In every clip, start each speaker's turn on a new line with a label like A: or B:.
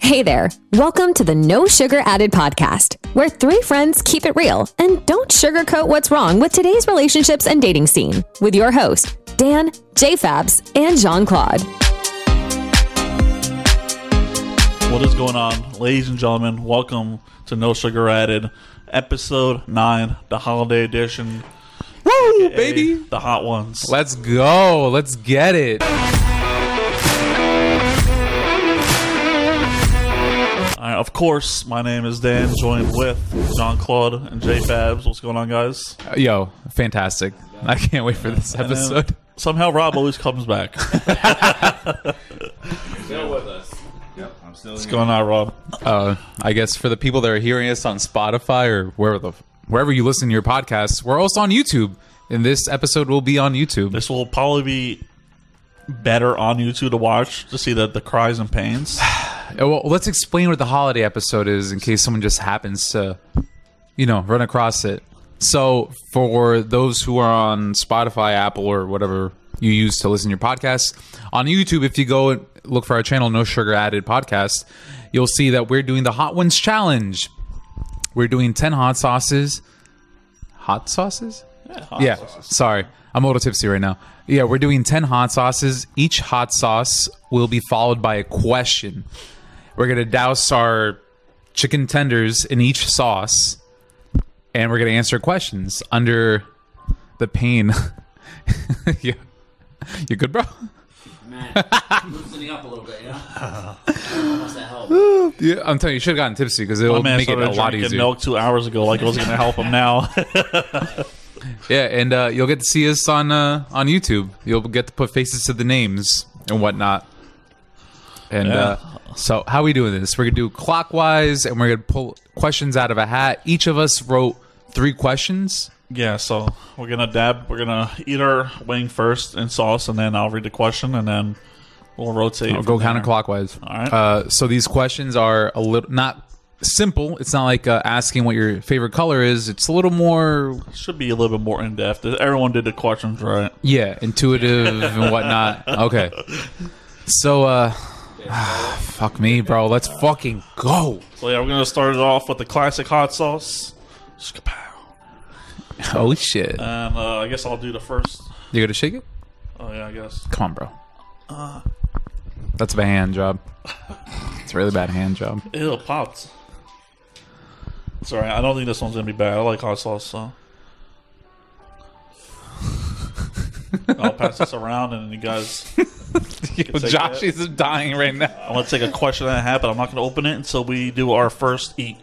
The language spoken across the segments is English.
A: Hey there. Welcome to the No Sugar Added podcast, where three friends keep it real and don't sugarcoat what's wrong with today's relationships and dating scene with your host, Dan, J Fabs, and Jean Claude.
B: What is going on, ladies and gentlemen? Welcome to No Sugar Added, episode nine, the holiday edition.
C: Woo,
B: aka
C: baby.
B: the hot ones.
C: Let's go. Let's get it. Uh,
B: All right, of course, my name is Dan, joined with Jean Claude and J Fabs. What's going on, guys?
C: Yo, fantastic. I can't wait for this
B: And then
C: episode.
B: somehow Rob always comes back.
D: I'm still
B: What's going on, Rob?
C: Uh, I guess for the people that are hearing us on Spotify or wherever the wherever you listen to your podcasts, we're also on YouTube. And this episode will be on YouTube.
B: This will probably be better on YouTube to watch to see the, the cries and pains.
C: Uh, Well, let's explain what the holiday episode is in case someone just happens to, you know, run across it. So, for those who are on Spotify, Apple, or whatever you use to listen to your podcasts, on YouTube, if you go and look for our channel, No Sugar Added Podcast, you'll see that we're doing the Hot Ones Challenge. We're doing 10 hot sauces. Hot sauces? yeah, sorry. I'm a little tipsy right now. Yeah, we're doing 10 hot sauces. Each hot sauce will be followed by a question. We're going to douse our chicken tenders in each sauce and we're going to answer questions under the pain. yeah. You good, bro?
E: Man, loosening up a little bit, you know? Must that help?
C: Yeah, I'm telling you, you should have gotten tipsy because it'll
B: My man
C: make it
B: started
C: a lot
B: drinking
C: easier.
B: milk two hours ago, like it was going to help him now.
C: Yeah, and uh, you'll get to see us on uh, on YouTube. You'll get to put faces to the names and whatnot. And uh, so, how we doing this? We're gonna do clockwise, and we're gonna pull questions out of a hat. Each of us wrote three questions.
B: Yeah, so we're gonna dab. We're gonna eat our wing first in sauce, and then I'll read the question, and then we'll rotate.
C: I'll
B: from
C: go
B: there.
C: counterclockwise.
B: All right.
C: Uh, so these questions are a little not simple. It's not like uh, asking what your favorite color is. It's a little more
B: Should be a little bit more in depth. Everyone did the questions right.
C: yeah, intuitive and whatnot. Okay. So, uh, fuck me, bro. Let's fucking go.
B: So yeah, we're gonna start it off with the classic hot sauce. Skapow.
C: Oh shit.
B: And uh, I guess I'll do the first.
C: You gonna shake it?
B: Oh yeah, I guess.
C: Come on, bro.
B: Uh.
C: That's a bad hand job. It's a really bad hand job.
B: Ew, popped. Sorry, I don't think this one's gonna be bad. I like hot sauce, so. I'll pass this around, and you guys. take
C: Josh
B: that.
C: is dying right now.
B: I'm gonna take a question that happened. I'm not gonna open it until we do our first eat.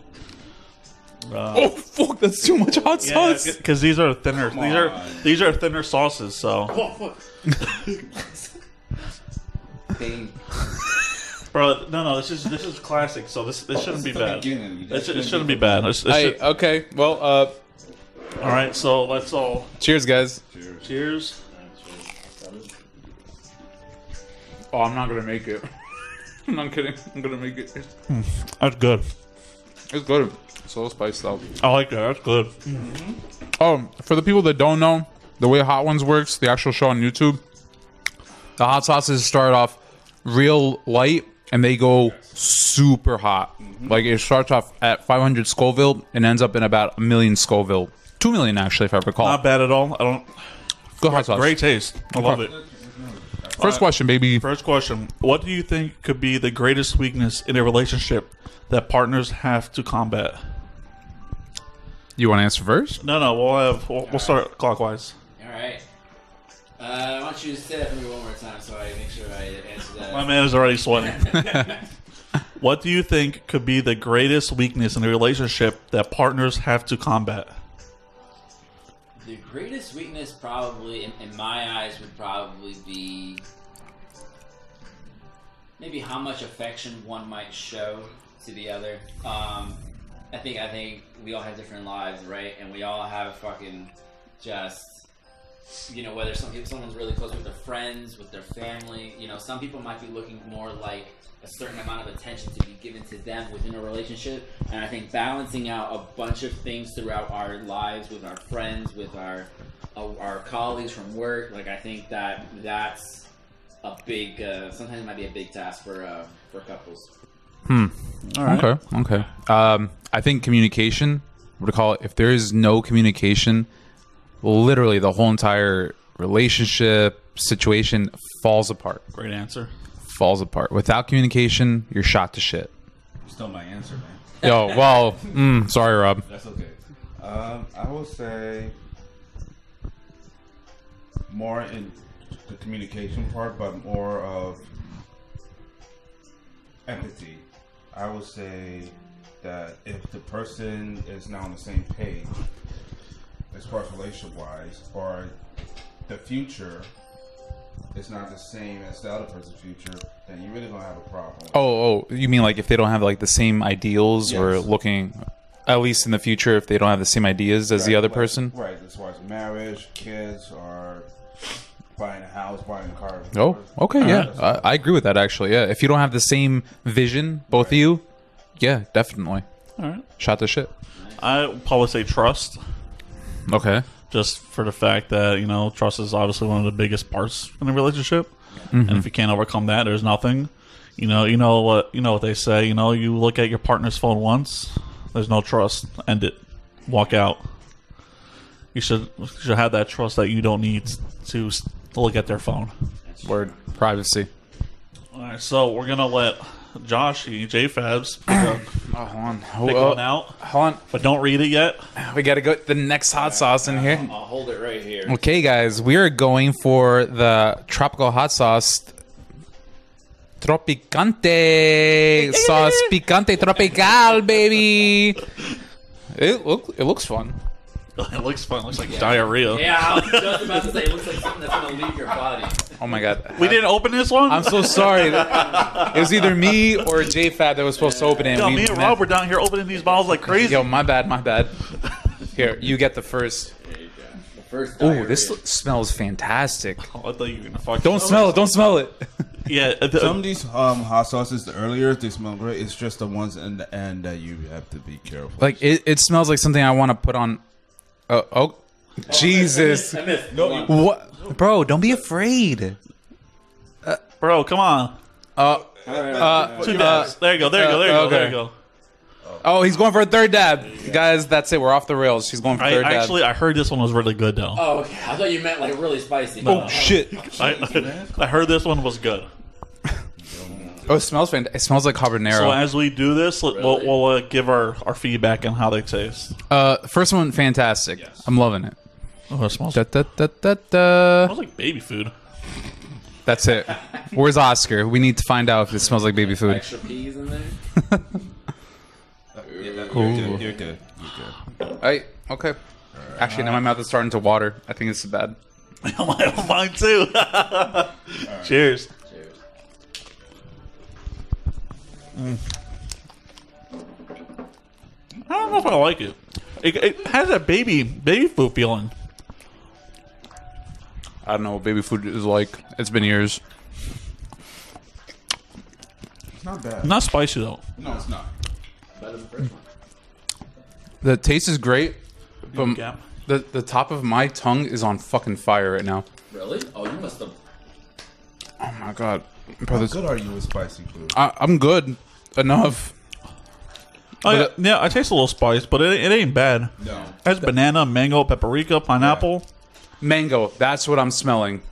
C: Oh fuck, that's too much hot sauce.
B: because these are thinner. These are these are thinner sauces. So,
D: Dang.
B: bro, no, no, this is this is classic. So this this shouldn't be
D: the
B: bad.
D: beginning. You guys
B: It, sh- it
D: shouldn't
B: shouldn't be bad. It's- it
C: Hey,
B: should-
C: okay. Well, uh,
B: all right, so let's all
C: cheers, guys.
B: cheers.
C: Oh, I'm not gonna make it. I'm not kidding. I'm gonna make it.
B: That's good.
C: It's good. It's a little spiced though.
B: I like that. That's good.
C: Oh, for the people that don't know, the way Hot Ones works, the actual show on YouTube, the hot sauces start off real light and they go super hot. Like it starts off at 500 Scoville and ends up in about a million Scoville. Two million, actually, if I recall.
B: Not bad at all. I don't.
C: Good hot sauce.
B: Great taste. I love it.
C: First question, baby.
B: First question: What do you think could be the greatest weakness in a relationship that partners have to combat?
C: You want to answer first?
B: No, no, we'll have we'll, we'll start clockwise.
E: Alright. Uh, I want you to say that for me one more time so I make sure I answer that.
B: My man is already sweating. what do you think could be the greatest weakness in a relationship that partners have to combat?
E: The greatest weakness, probably, in, in my eyes, would probably be maybe how much affection one might show to the other. Um, I think I think we all have different lives, right? And we all have fucking just you know whether some people, someone's really close with their friends, with their family. You know, some people might be looking more like a certain amount of attention to be given to them within a relationship. And I think balancing out a bunch of things throughout our lives with our friends, with our uh, our colleagues from work, like I think that that's a big uh, sometimes it might be a big task for uh, for couples.
B: All right.
C: Okay. Okay. Um, I think communication. What to call it? If there is no communication, literally the whole entire relationship situation falls apart.
B: Great answer.
C: Falls apart. Without communication, you're shot to shit.
F: Still my answer, man.
C: Yo. Well. Mm, sorry, Rob.
F: That's okay. Um, I will say more in the communication part, but more of empathy. I would say that if the person is not on the same page, as far as relationship wise, or the future is not the same as the other person's future, then you really gonna have a problem.
C: Oh. Oh. You mean like if they don't have like the same ideals or
F: Yes.
C: looking, at least in the future, if they don't have the same ideas as the
F: Right,
C: other
F: like-
C: person.
F: Right, as far as marriage, kids, or buying a house, buying a car.
C: Oh, okay, yeah,
B: right.
C: I, I agree with that actually. Yeah, if you don't have the same vision, both of you, yeah, definitely
B: All right.
C: shot the shit.
B: I would probably say trust,
C: Okay,
B: just for the fact that you know trust is obviously one of the biggest parts in a relationship, and if you can't overcome that, there's nothing. You know, you know what you know what they say. You know, you look at your partner's phone once, there's no trust. End it. Walk out. You should you should have that trust that you don't need to s- to look at their phone.
C: word privacy.
B: All right, so we're gonna let Josh, J Fabs, pick, up,
C: Oh, hold on,
B: pick one out,
C: hold
B: but don't read it yet.
C: on. We gotta go the next hot sauce in here.
E: I'll hold it right here.
C: Okay, guys, we are going for the tropical hot sauce. Tropicante sauce, picante tropical, baby. It look, it looks fun.
B: It looks fun. It looks like diarrhea.
E: Yeah, I was just about to say it looks like something that's gonna leave your body.
C: Oh my god,
B: We didn't open this one.
C: I'm so sorry. it was either me or JFab that was supposed to open it.
B: Yo,
C: we-
B: me and Rob were down here opening these bottles like crazy.
C: Yo, my bad, my bad. Here, you get the first.
E: The first.
C: Ooh,
E: diarrhea.
C: this lo- smells fantastic.
B: Oh, I thought you were gonna fuck.
C: Don't smell it. Don't smell it.
B: Yeah, uh,
F: Some of these um, hot sauces, the earlier they smell great, it's just the ones in the end that you have to be careful.
C: Like it, it smells like something I want to put on. Oh, oh, Jesus!
E: I missed. No, you.
C: What, bro? Don't be afraid.
B: bro, come on.
C: Uh,
B: Two dabs. There you go. There you go. There you
C: uh,
B: go. There
C: okay.
B: you go.
C: oh, he's going for a third dab, guys. That's it. We're off the rails. She's going for
B: I,
C: third
B: I
C: dab.
B: actually I heard this one was really good though.
E: Oh, okay. I thought you meant like really spicy.
C: oh shit!
B: I, I heard this one was good.
C: Oh, it smells fantastic. It smells like habanero.
B: So as we do this, let- we'll, we'll uh, give our, our feedback on how they taste.
C: Uh, first one, fantastic. I'm loving it.
B: Oh, it smells,
C: Da, da, da, da, da.
B: smells like baby food.
C: That's it. Where's Oscar? We need to find out if it smells like baby food.
E: Extra peas in there.
F: You're good. You're good. You're good.
C: I, okay. Actually, now my mouth is starting to water. I think this is bad.
B: "Oh, Mine too. Cheers.
E: Cheers.
B: Mm. I don't know if I like it. It, it has that baby baby food feeling.
C: I don't know what baby food is like. It's been years.
F: It's not bad.
B: Not spicy though.
F: No, it's not.
E: Better than the first one.
C: The taste is great, but m-
B: gap.
C: the the top of my tongue is on fucking fire right now.
E: Really? Oh, you must have.
C: Oh my god,
F: How
C: brother,
F: good are you with spicy food?
C: I, I'm good enough.
B: Oh, yeah,
C: But-
B: yeah, I taste a little spice, but it, it ain't bad.
F: No.
B: It has banana, mango, paprika, pineapple.
C: Mango. That's what I'm smelling.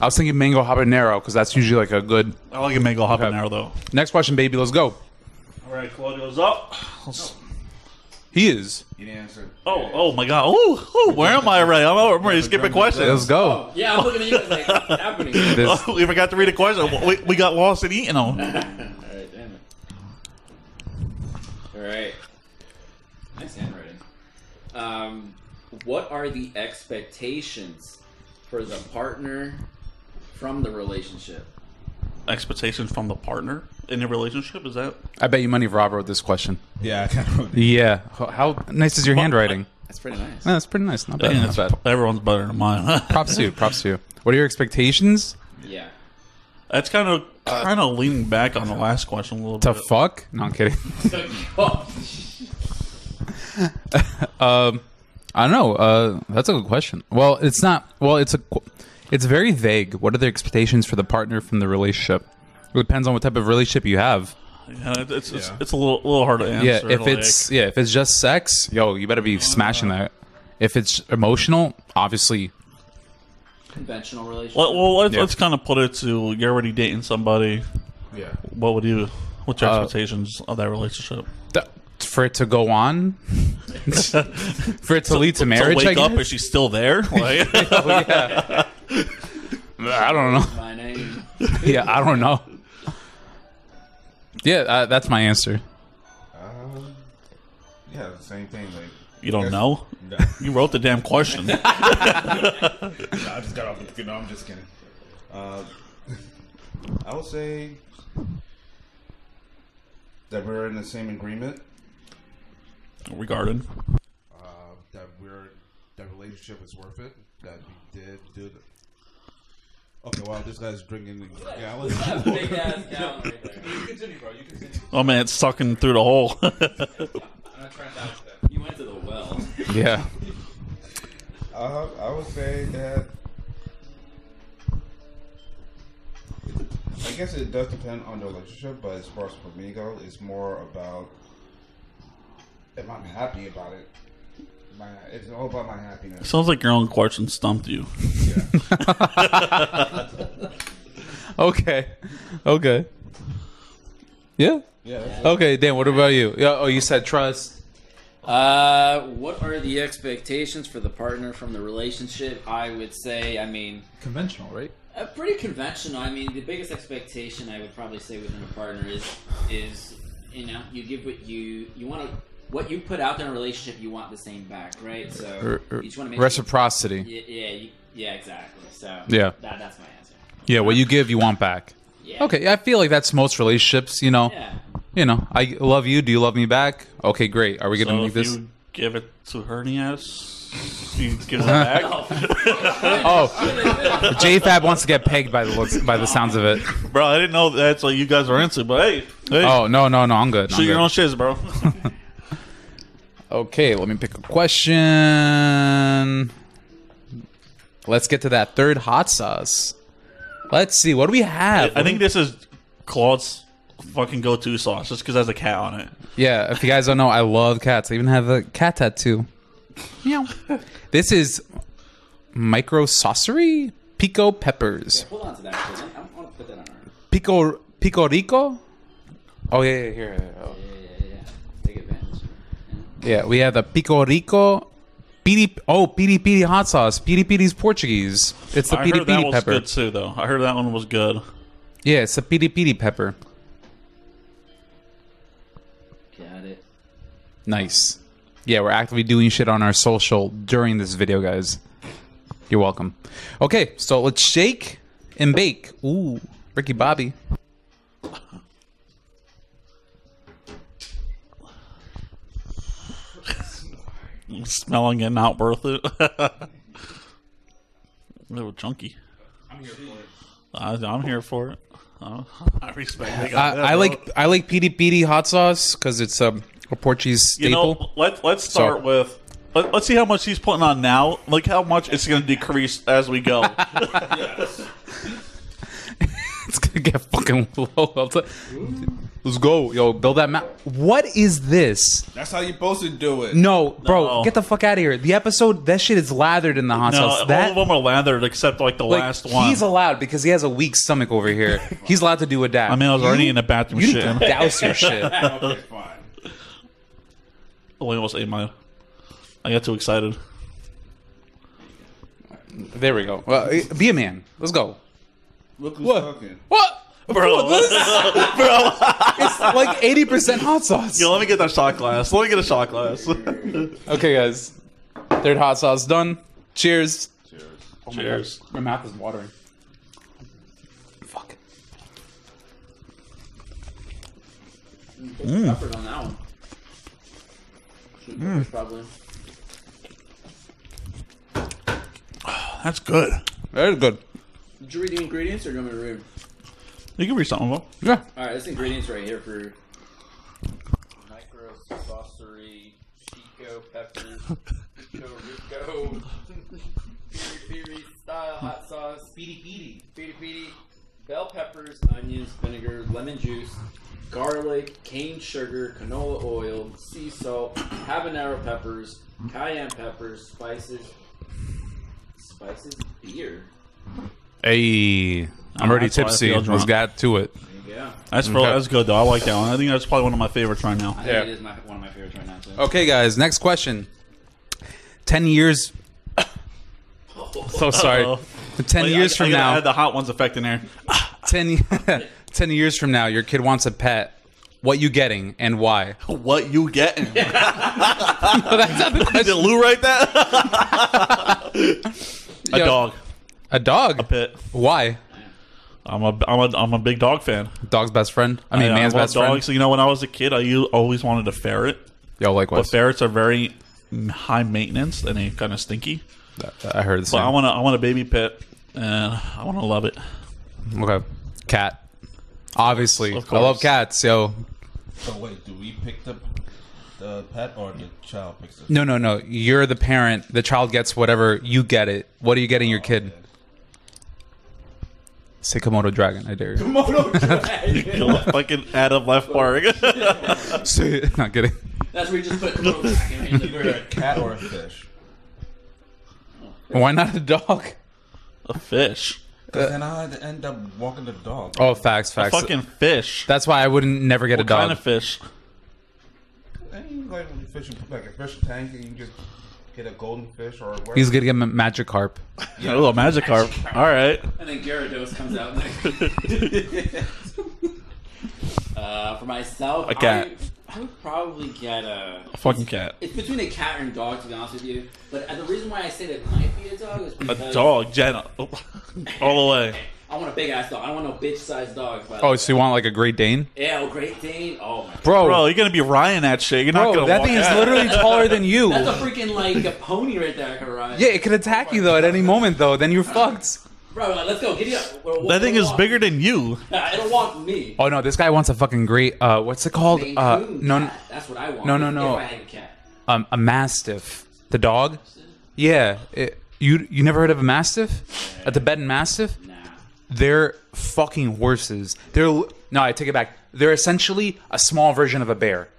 C: I was thinking mango habanero because that's usually like a good.
B: I like a mango habanero though.
C: Next question, baby. Let's go.
B: All right, Claudio's up. Let's-
C: He is.
F: You didn't answer.
B: Oh, oh my God! Oh, oh where am I already? I'm, I'm already skipping
C: Let's
B: questions.
C: go.
E: oh, Yeah, I'm looking at you guys like what's happening. All
C: This,
B: Oh, we forgot to read a question. We, we got lost in eating them.
E: right, damn it. All right. Nice handwriting. Um, what are the expectations for the partner from the relationship?
B: Expectations from the partner in a relationship is that?
C: I bet you money Rob wrote this question.
F: Yeah, I kind of.
C: Yeah. How, how nice is your handwriting?
E: That's pretty nice.
C: No, that's pretty nice. Not bad.
B: Dang,
C: Not
B: that's-
C: bad.
B: everyone's better than mine.
C: Props to you. Props to you. What are your expectations?
E: Yeah.
B: that's kind of kind of leaning back on the last question a little
C: Uh, To
B: bit.
C: fuck? No, I'm kidding.
E: Oh,
C: I don't know. Uh, that's a good question. Well, it's not. Well, it's a. qu- It's very vague. What are the expectations for the partner from the relationship? It depends on what type of relationship you have.
B: Yeah, it's it's, it's,
F: Yeah.
B: it's a little, little hard to answer.
C: yeah, if
B: like-
C: it's yeah, if it's just sex, yo, you better be smashing that. If it's emotional, obviously,
E: Conventional relationship.
B: Let, well, let's,
C: Yeah.
B: let's kind of put it to you're already dating somebody.
F: Yeah.
B: What would you? What's
C: Uh,
B: your expectations of that relationship?
C: th- for it to go on, for it to lead to
B: So
C: marriage,
B: wake
C: I guess.
B: up, is she still there? Like,
C: I don't know.
E: My name.
C: Yeah, I don't know. Yeah, uh, that's my answer.
F: Um, yeah, the same thing. Like,
B: you don't know?
F: no,
B: You wrote the damn question.
F: no, I just got off. The, no, I'm just kidding. Uh, I would say that we're in the same agreement.
B: Regarded.
F: Uh, that we're that relationship is worth it. That we did do. The, okay, wow, this guy's drinking. the gallon.
E: Big ass gallon right there.
F: continue, bro. You continue.
B: Oh man, it's sucking through the hole.
E: I'm not trying to dodge that. You went to the well.
C: Yeah,
F: Uh, I would say that. I guess it does depend on the relationship, but as far as for me go, it's more about if I'm happy about it. My, it's all about my happiness.
B: Sounds like your own question stumped you.
C: okay, okay, yeah,
F: Yeah. That's
C: okay. Dan, what about you? Yeah, oh, you said trust.
E: Uh, what are the expectations for the partner from the relationship? I would say, I mean,
C: Conventional, right?
E: uh, pretty conventional. I mean, the biggest expectation I would probably say within a partner is is you know you give what you you want to what you put out there in a relationship you want the same back, right? So you just want to make
C: Er, Reciprocity.
E: Sure, yeah, yeah, you- yeah, exactly. So
C: Yeah.
E: that, that's my answer.
C: Yeah, what you give, you want back.
E: Yeah.
C: Okay, I feel like that's most relationships. You know,
E: Yeah.
C: you know, I love you. Do you love me back? Okay, great. Are we gonna
B: So
C: make
B: if
C: this?
B: you give it to her, and he asks, he gives it back.
C: Oh, JFab wants to get pegged by the looks, by the sounds of it.
B: Bro, I didn't know that's what you guys were into, but hey, hey
C: Oh no, no, no, I'm good. I'm
B: shoot your
C: good.
B: own shiz, bro.
C: Okay, let me pick a question. Let's get to that third hot sauce. Let's see. What do we have?
B: I think this is Claude's fucking go-to sauce, just because has a cat on it.
C: Yeah, if you guys don't know, I love cats. I even have a cat tattoo. Meow. This is micro saucery pico peppers.
E: Hold on to that. 'cause I'm, I'm gonna put that on her.
C: Pico pico rico. Oh yeah, yeah, here. yeah, oh.
E: Yeah, yeah, yeah. Take advantage.
C: Yeah, we have the pico rico. Piri, oh, piri piri hot sauce. Piri piri's Portuguese. It's the
B: I
C: piri
B: heard that
C: piri
B: was
C: pepper.
B: good too, though. I heard that one was good.
C: Yeah, it's a piri piri pepper.
E: Got it.
C: Nice. Yeah, we're actively doing shit on our social during this video, guys. You're welcome. Okay, so let's shake and bake. Ooh, Ricky Bobby.
B: Smelling it, not worth it. a little chunky. I'm here for it. I, am here for it. I, I respect. it.
C: I, I like I like piri piri hot sauce because it's a, a Portuguese
B: You
C: staple.
B: know, let let's start
C: So-
B: with. Let, let's see how much he's putting on now. Like how much it's going to decrease as we go.
C: it's gonna get fucking low. I'll tell- Let's go, yo, build that map. What is this?
F: That's how you're supposed to do it.
C: No, bro,
B: No.
C: get the fuck out of here. The episode that shit is lathered in the hot
B: no,
C: sauce.
B: all
C: That
B: of them are lathered except like the
C: like,
B: last one.
C: he's allowed because he has a weak stomach over here. he's allowed to do a dab.
B: I mean, I was already in the bathroom.
C: You
B: Shit,
C: need to
B: I
C: douse your shit.
F: Okay, fine.
B: almost ate mine. I got too excited.
C: There we go. Well, eh, be a man. Let's go.
F: Look who's
C: What?
F: talking.
C: What?
B: Bro, bro,
C: It's like eighty percent hot sauce.
B: Yo, let me get that shot glass. Let me get a shot glass. Oh
C: Okay, guys. Third hot sauce done. Cheers.
F: Cheers.
B: Cheers.
C: My mouth is watering. Fuck.
E: Effort on that one. Should be Probably.
B: That's good.
C: Very good.
E: Did you read the ingredients or do you want me to read?
B: You can read something. Bro.
C: Yeah.
E: All right, this ingredients right here for micro saucery pico peppers, pico rico, piri piri style hot sauce, piri piri, piri piri, bell peppers, onions, vinegar, lemon juice, garlic, cane sugar, canola oil, sea salt, habanero peppers, cayenne peppers, spices, spices, beer.
C: Hey, I'm already
B: That's why I
C: tipsy.
B: feel
C: Let's
B: drunk.
C: get to it.
E: Yeah,
B: That's real-
C: Okay.
B: that's good though. I like that one. I think that's probably one of my favorites right now.
E: I
C: Yeah. Oh.
E: think it is my, one of my favorites right now too.
C: Okay, guys. Next question. Ten years. so sorry.
B: Uh-oh.
C: Ten
B: Like,
C: years
B: I,
C: from
B: I gotta
C: now.
B: add the hot ones affecting there.
C: 10, 10 years from now, your kid wants a pet. What you getting and why?
B: What you getting?
C: that's not the
B: Did
C: question.
B: Lou write that? a
C: Yo.
B: dog,
C: A dog.
B: a pit.
C: Why?
B: I'm a I'm a I'm a big dog fan.
C: Dog's best friend. I
B: I-
C: mean,
B: I
C: man's
B: love
C: best
B: dogs.
C: friend.
B: You know, when I was a kid, I u- always wanted a ferret,
C: Yo,
B: but
C: likewise.
B: ferrets are very mm, high maintenance and they kind of stinky.
C: I heard this.
B: But I want to I want a baby pit, and I want to love it.
C: Okay. Cat. Obviously.
B: Of
C: I love
B: course.
C: cats, yo.
F: So wait, do we pick the the pet or the child picks it?
C: No, no, no. You're the parent. The child gets whatever. You get it. What are you getting your kid? Say Komodo dragon. I dare you.
B: You know, fucking add up left bark.
C: Say it. Not kidding.
E: That's where you just put the little back in the
F: Either a
E: bird.
F: cat or a fish.
C: Why not a dog?
B: a fish,
F: Because then I had to end up walking the dog.
C: Oh, facts,
B: a
C: facts.
B: fucking fish.
C: That's why I wouldn't never get a
B: what
C: dog.
B: kind of fish?
F: Ain't you like when you fish, you put like a fish tank and you just get a golden fish or whatever.
C: He's gonna get him a magic carp.
B: A little Magikarp. All right.
E: And then Gyarados comes out uh, for myself,
B: A cat.
E: I, I would probably get a.
B: Fucking cat.
E: It's between a cat and a dog, to be honest with you. But uh, the reason why I said it might be a dog is
B: A
E: because
B: dog, Jenna. All the way.
E: I want a big ass dog. I don't want no bitch sized dog. But
C: Oh, so you want like a Great Dane,
E: yeah, oh, Great Dane. Oh my.
C: bro?
B: Bro, you're going to be Ryan that shit. You're not going
C: bro,
B: to
C: that thing is literally taller than you.
E: That's a freaking like a pony right there, Karai.
C: Yeah, it could attack you though at any moment though. Then you're fucked.
E: Bro, like, let's go. Get it up. We're-
B: That thing
E: it'll
B: is
E: walk-
B: bigger than you.
E: Nah, it'll walk me.
C: Oh no, this guy wants a fucking great. Uh, what's it called?
E: Maine
C: Uh,
E: Coon
C: no, n-
E: cat. That's what I want.
C: no, no,
E: if-
C: no.
E: If I had a cat.
C: um, a mastiff. The dog. Yeah, it, you you never heard of a mastiff? A Tibetan mastiff?
E: Nah.
C: They're fucking horses. They're l- no, I take it back. They're essentially a small version of a bear.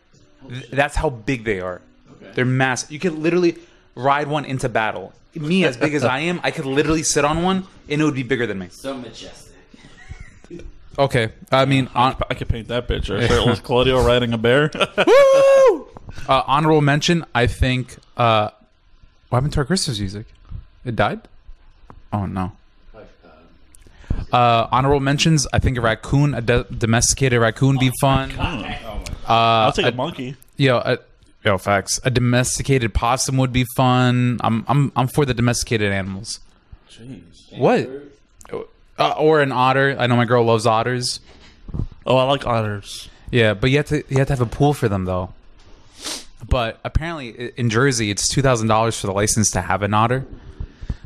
C: Th- That's how big they are.
E: Okay.
C: They're massive. You could literally ride one into battle. Me, as big as I am, I could literally sit on one and it would be bigger than me.
E: So majestic.
C: Okay, I mean, on,
B: I could paint that picture. Shirtless Claudio riding a bear.
C: Woo! Uh, honorable mention, I think. Uh, what happened to our Christmas music? It died? Oh, no.
E: Like, um,
C: Uh, honorable mentions, I think a raccoon, a de- domesticated raccoon be fun.
B: Hmm. I'll take a monkey.
C: Yo, uh, yo, facts. A domesticated possum would be fun. I'm, I'm, I'm for the domesticated animals.
F: Jeez.
C: What? Uh, or an otter. I know my girl loves otters.
B: Oh, I like otters.
C: Yeah, but you have to, you have to have a pool for them though. But apparently i- in Jersey, it's two thousand dollars for the license to have an otter.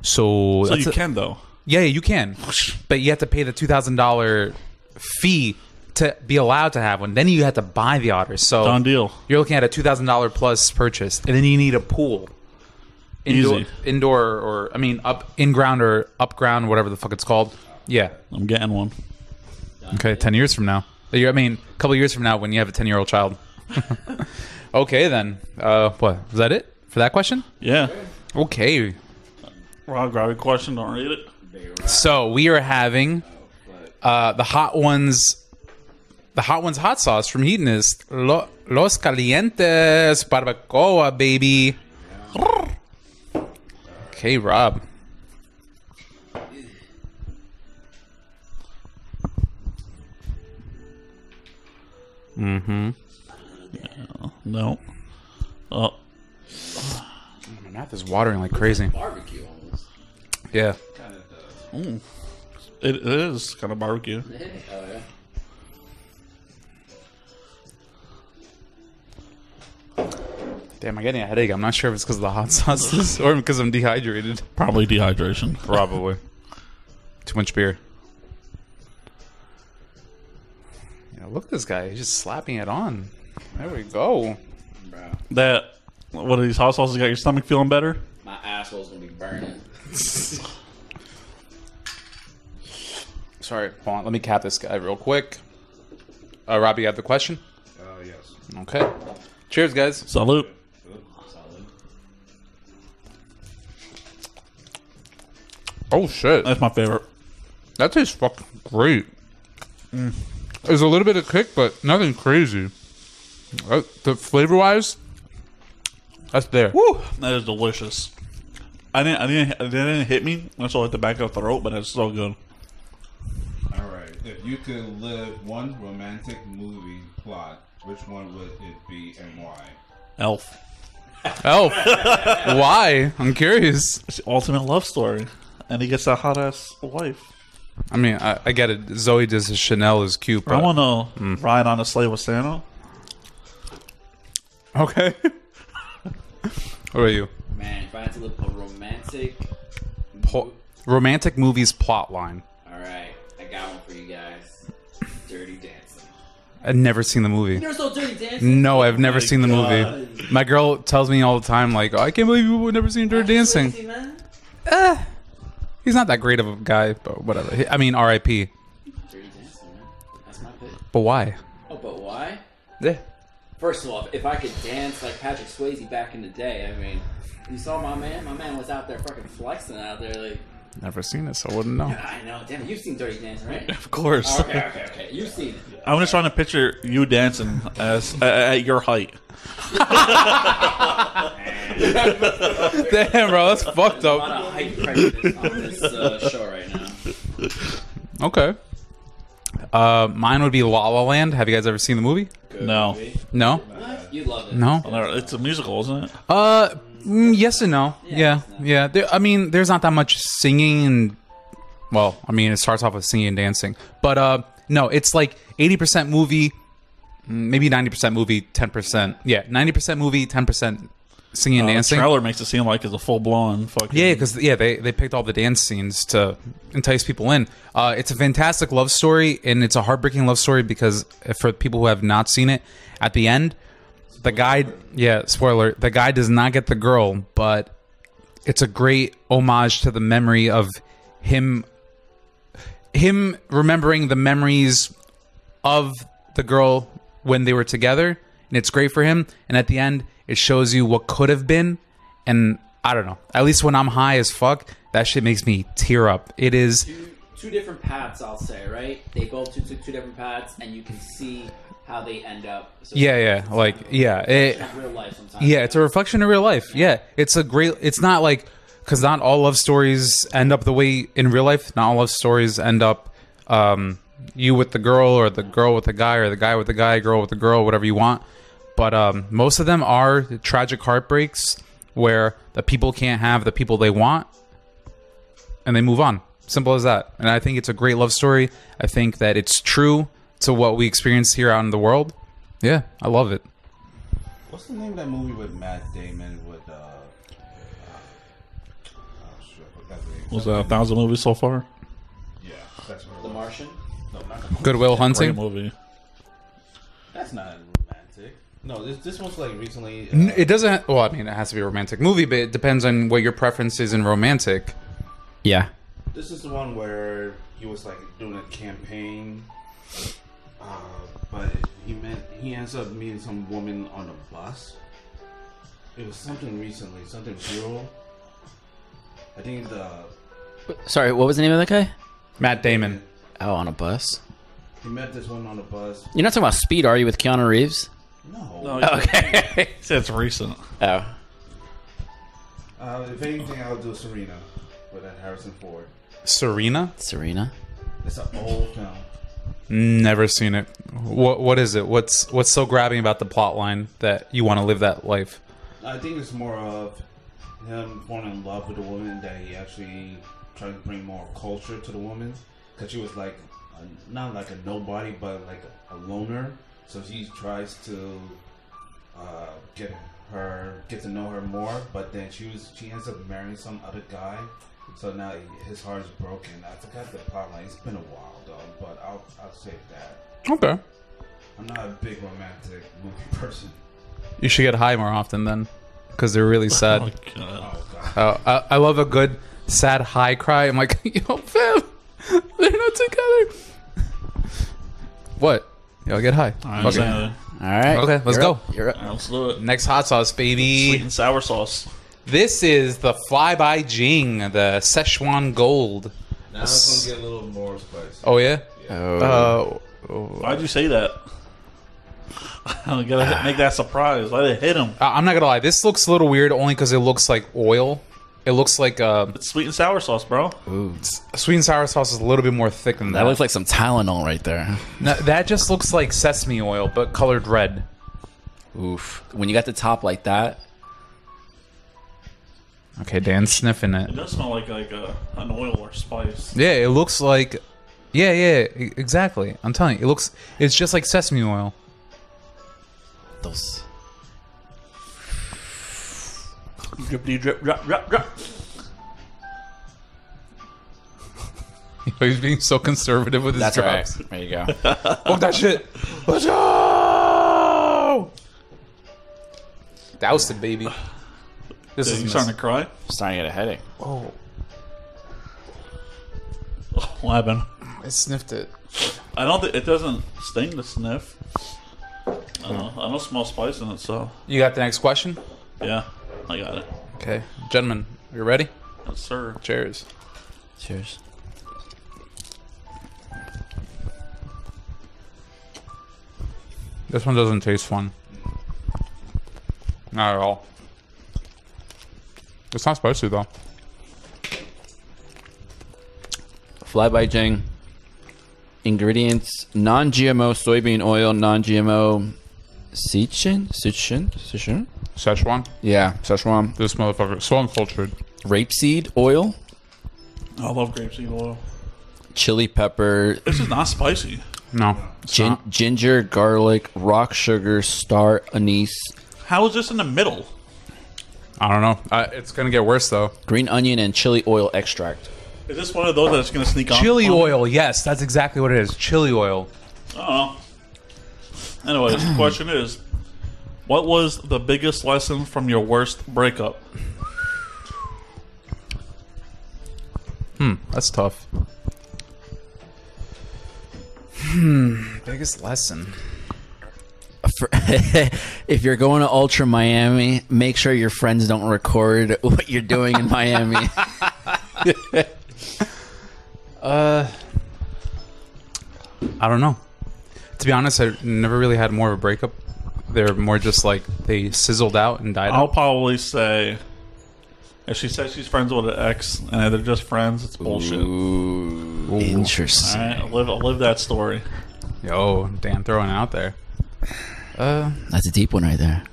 C: So,
B: So
C: that's
B: you
C: a-
B: can, though.
C: yeah, you can, but you have to pay the two thousand dollar fee to be allowed to have one. Then you have to buy the otter. So
B: Done deal.
C: You're looking at a two thousand dollar plus purchase, and then you need a pool. Indoor,
B: Easy.
C: indoor, or I mean, up in ground or up ground, whatever the fuck it's called. Yeah.
B: I'm getting one.
C: Okay. Ten years from now, A year- I mean, a couple years from now, when you have a ten year old child. okay, then. Uh, what is that? It for that question?
B: Yeah.
C: Okay.
B: Rob, grab your question. Don't read it.
C: So we are having uh, the hot ones, the hot ones hot sauce from Hedonist Lo- Los Calientes Barbacoa, baby. Okay, Rob.
B: No. Oh,
C: My mouth is watering like crazy.
E: barbecue almost.
C: Yeah.
B: it, it is kind of barbecue.
E: Oh, yeah.
C: Damn, I'm getting a headache. I'm not sure if it's because of the hot sauces or because I'm dehydrated.
B: Probably dehydration.
C: Probably. Too much beer. Yeah, look at this guy. He's just slapping it on. There we go.
E: Bro,
B: That, what are these hot sauces got your stomach feeling better?
E: my asshole's gonna be burning.
C: So sorry, Vaughn. Let me cap this guy real quick. Uh, Robbie, you have the question?
F: Uh, yes.
C: Okay. Cheers, guys.
B: Salute.
C: Oh shit,
B: That's my favorite.
C: that tastes fucking great. There's a little bit of kick, but nothing crazy. Uh, the flavor wise, that's there.
B: Woo, that is delicious. I didn't, I didn't, it didn't hit me until at the back of the throat, but it's so good.
F: All right. If you could live one romantic movie plot, which one would it be and why?
B: Elf,
C: Oh, why? I'm curious.
B: it's the ultimate love story, and he gets a hot ass wife.
C: I mean, I, I get it. Zoe does a Chanel is cute, but
B: I want to
C: Mm.
B: ride on a sleigh with Santa.
C: okay. what about you?
G: Man, if I had to look for romantic,
C: Po- romantic movies plot line.
G: all right, I got one for you guys. Dirty Dancing.
C: I've never seen the movie.
G: You never saw Dirty Dancing?
C: No, I've never seen the
B: God.
C: movie. My girl tells me all the time, like, oh, I can't believe you've never seen Dirty Dancing.
G: Man.
C: He's not that great of a guy, but whatever. He- I mean, R.I.P.
G: Dirty Dancing, man. That's my pick.
C: But why?
G: Oh, but why?
C: Yeah.
G: First of all, if I could dance like Patrick Swayze back in the day, I mean, you saw my man. My man was out there fucking flexing out there. Like,
C: Never seen it, so I wouldn't know.
G: I know. Damn, it, you've seen Dirty Dancing, right?
B: Of course,
G: Okay, okay, okay. You've seen it.
B: I'm just trying to picture you dancing as at, at your height.
C: Damn, bro, that's fucked
G: A lot
C: up.
G: of height prejudice on this uh, show right now.
C: Okay. Uh, mine would be La La Land. Have you guys ever seen the movie?
B: No,
C: No.
G: You love it.
C: No.
B: it's a musical, isn't it?
C: Uh, mm, yes and no. Yeah, yeah. There, I mean, there's not that much singing and well, I mean, it starts off with singing and dancing, but uh, no, it's like 80% movie, mm, maybe 90% movie, 10%. Yeah, 90% movie, 10% singing and
B: Uh,
C: dancing.
B: trailer makes it seem like it's a full blown fucking.
C: Yeah, because yeah, they, they picked all the dance scenes to entice people in. Uh, it's a fantastic love story, and it's a heartbreaking love story because uh, for people who have not seen it, at the end, the guy yeah, spoiler, the guy does not get the girl, but it's a great homage to the memory of him him remembering the memories of the girl when they were together and it's great for him and at the end it shows you what could have been and i don't know at least when i'm high as fuck that shit makes me tear up it is
G: Two, two different paths, I'll say, right? They both took two, two different paths, and you can see how they end up. So
C: yeah yeah like yeah it,
G: It's real life sometimes.
C: yeah it's a reflection of real life yeah it's a great it's not like because not all love stories end up the way in real life not all love stories end up um you with the girl or the girl with the guy or the guy with the guy girl with the girl whatever you want but um most of them are tragic heartbreaks where the people can't have the people they want and they move on. Simple as that. And I think it's a great love story. I think that it's true to what we experience here out in the world. Yeah, I love it.
F: What's the name of that movie with Matt Damon with uh? uh, oh, shit, I forgot the name.
B: was that a thousand movies so far.
F: Yeah, that's what it
G: The
F: was.
G: Martian.
F: No, not the Martian.
C: Goodwill
B: Great
C: Hunting.
B: movie.
F: That's not romantic. No, this this one's like recently. Uh,
C: N- It doesn't. Well, I mean, it has to be a romantic movie, but it depends on what your preference is in romantic. Yeah.
F: This is the one where he was like doing a campaign, uh, but he met he ends up meeting some woman on a bus. It was something recently, something viral. I think the
E: Sorry, what was the name of that guy?
C: Matt Damon.
E: Oh, on a bus.
F: he met this woman on a bus.
E: You're not talking about Speed, are you? With Keanu Reeves?
F: No,
E: Okay.
B: He said it's recent.
E: oh,
F: Uh, if anything, I'll do Serena with that Harrison Ford.
C: Serena.
E: Serena.
F: It's an old film.
C: Never seen it. What What is it? What's What's so grabbing about the plot line that you want to live that life?
F: I think it's more of him falling in love with a woman that he actually trying to bring more culture to the woman because she was like a, not like a nobody but like a, loner. So he tries to uh, get her get to know her more, but then she was she ends up marrying some other guy. So now his heart is broken. I forgot the plot line. It's been a while though, but I'll I'll save that.
C: Okay.
F: I'm not a big romantic movie person.
C: You should get high more often then, because they're really sad.
B: Oh god.
F: Oh god.
C: Uh, I, I love a good sad high cry. I'm like, yo, fam, they're not together. What? Y'all get high.
B: I'm
C: Okay.
B: saying,
E: All right.
C: Okay, let's
E: You're
C: go.
E: up. You're up.
B: uh, let's do it.
C: Next hot sauce,
B: Sweet
C: baby.
B: and sour sauce.
C: This is the Fly By Jing, the Szechuan Gold.
F: Now it's gonna get a little more spicy.
C: Oh yeah.
E: Oh.
C: Uh,
B: Why'd you say that? I gotta hit- make that surprise. Let it hit him.
C: I- I'm not gonna lie. This looks a little weird only because it looks like oil. It looks like uh,
B: It's sweet and sour sauce, bro.
C: sweet and sour sauce is a little bit more thick than
E: That
C: that.
E: looks like some Tylenol right there.
C: No, that just looks like sesame oil but colored red.
E: Oof. When you got the top like that,
C: Okay, Dan's sniffing
B: It
C: it.
B: does smell like like uh, an oil or spice.
C: Yeah, it looks like. Yeah, yeah, e- exactly. I'm telling you, it looks. It's just like sesame oil.
E: those.
B: Drippity drip drop drop drop.
C: He's being so conservative with his
E: That's all right.
C: drops.
E: There you go.
C: Fuck that shit. Let's go. Doused it, baby. This
B: Dude,
C: is
B: you starting to cry? Oh.
E: starting to get a headache.
B: What happened?
C: I sniffed it.
B: I don't think it doesn't sting to sniff. I don't, I don't smell spice in it, so
C: You got the next question?
B: yeah, I got it.
C: Okay, gentlemen, you ready?
B: Yes, sir.
C: Cheers.
E: Cheers.
C: This one doesn't taste fun. Not at all. It's not spicy though.
E: Fly by Jing. Ingredients: non-GMO soybean oil, non-GMO Sichuan, Sichuan, Sichuan.
C: Szechuan.
E: Yeah, Szechuan.
C: This motherfucker is so uncultured.
E: Rapeseed oil,
B: I love grapeseed oil.
E: chili pepper,
B: This is not spicy.
C: No.
E: gin- ginger, garlic, rock sugar, star anise,
B: How is this in the middle?
C: I don't know. Uh, it's gonna get worse though.
E: green onion, and chili oil extract.
B: Is this one of those that's gonna sneak on?
C: Chili
B: on-
C: oil. Yes, that's exactly what it is. Chili oil.
B: I don't know. Anyways, Uh, the question is, what was the biggest lesson from your worst breakup?
C: That's tough. Hmm. Hmm, Biggest lesson.
E: For- if you're going to Ultra Miami, make sure your friends don't record what you're doing in Miami.
C: I don't know. To be honest, I never really had more of a breakup. They're more just like they sizzled out and died
B: I'll
C: out.
B: probably say, if she says she's friends with an ex and they're just friends, it's bullshit.
E: Ooh,
B: All
E: interesting.
B: right, I'll live, I'll live that story.
C: Yo, damn, throwing it out there.
E: That's a deep one right there.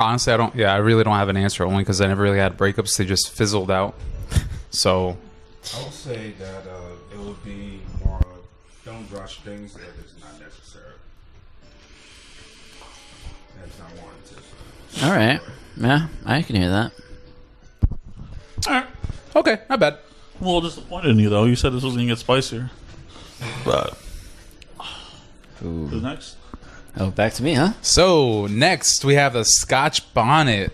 C: Honestly, I don't. Yeah, I really don't have an answer. Only because I never really had breakups. They just fizzled out. So
F: I would say that uh, it would be more of don't rush things if it's not necessary. If it's not warranted.
E: All right. Yeah, I can hear that.
C: okay, not bad.
B: I'm a little disappointed in you though. You said this was gonna get spicier. But who's next?
E: Oh, back to me, huh?
C: So next we have the Scotch bonnet.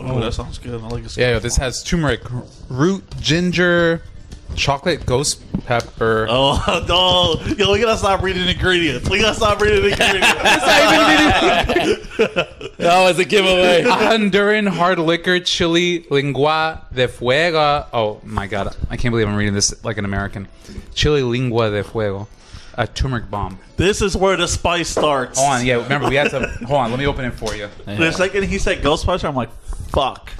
B: Oh, that sounds good. I like it.
C: Yeah, yo, this has turmeric, root, ginger, chocolate, ghost pepper.
B: Oh no! Yo, we gotta stop reading ingredients. We gotta stop reading ingredients.
E: That was a giveaway.
C: Honduran hard liquor, chili, lingua de fuego. Oh my god, I can't believe I'm reading this like an American. Chili lingua de fuego, a turmeric bomb.
B: this is where the spice starts.
C: Hold on, yeah, remember we have to. Hold on, let me open it for you.
B: The second he said ghost spice, I'm like, fuck.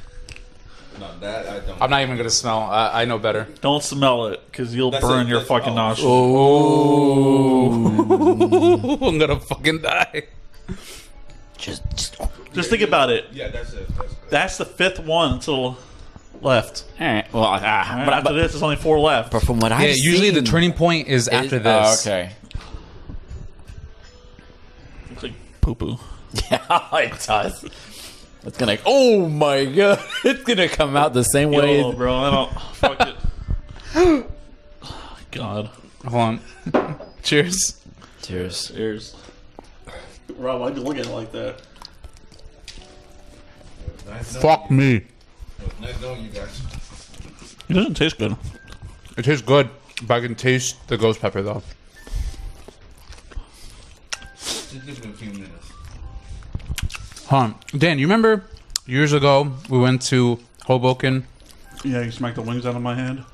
F: No, that I don't.
C: I'm not even gonna smell. I, I know better.
B: Don't smell it, cause you'll
F: That's
B: burn
F: it,
B: your
F: that's-
B: fucking
F: oh.
B: nostrils.
C: I'm gonna fucking die.
E: just, just.
B: Just think about it.
F: Yeah, that's it. That's it.
B: That's the fifth one until left.
E: All right. Well, ah,
B: All right,
E: but,
B: after
E: but-
B: this, there's only four left.
E: but from what I've
C: Yeah, usually the
E: seen,
C: turning point is
E: it-
C: after this.
E: Oh, okay.
B: It's like poo poo.
E: Yeah, it does. It's gonna. Oh my god! It's gonna come out the same way.
B: Yo, bro, I don't. Fuck it. God.
C: Hold on. Cheers.
E: Cheers.
B: Cheers. Rob, why'd you look at it like that?
F: Nice
C: Fuck me.
F: knowing- Nice knowing you guys.
B: It doesn't taste good.
C: It tastes good. But I can taste the ghost pepper though.
F: Just give it a few minutes.
C: Huh. Dan, you remember years ago we went to Hoboken?
B: Yeah, you smacked the wings out of my head.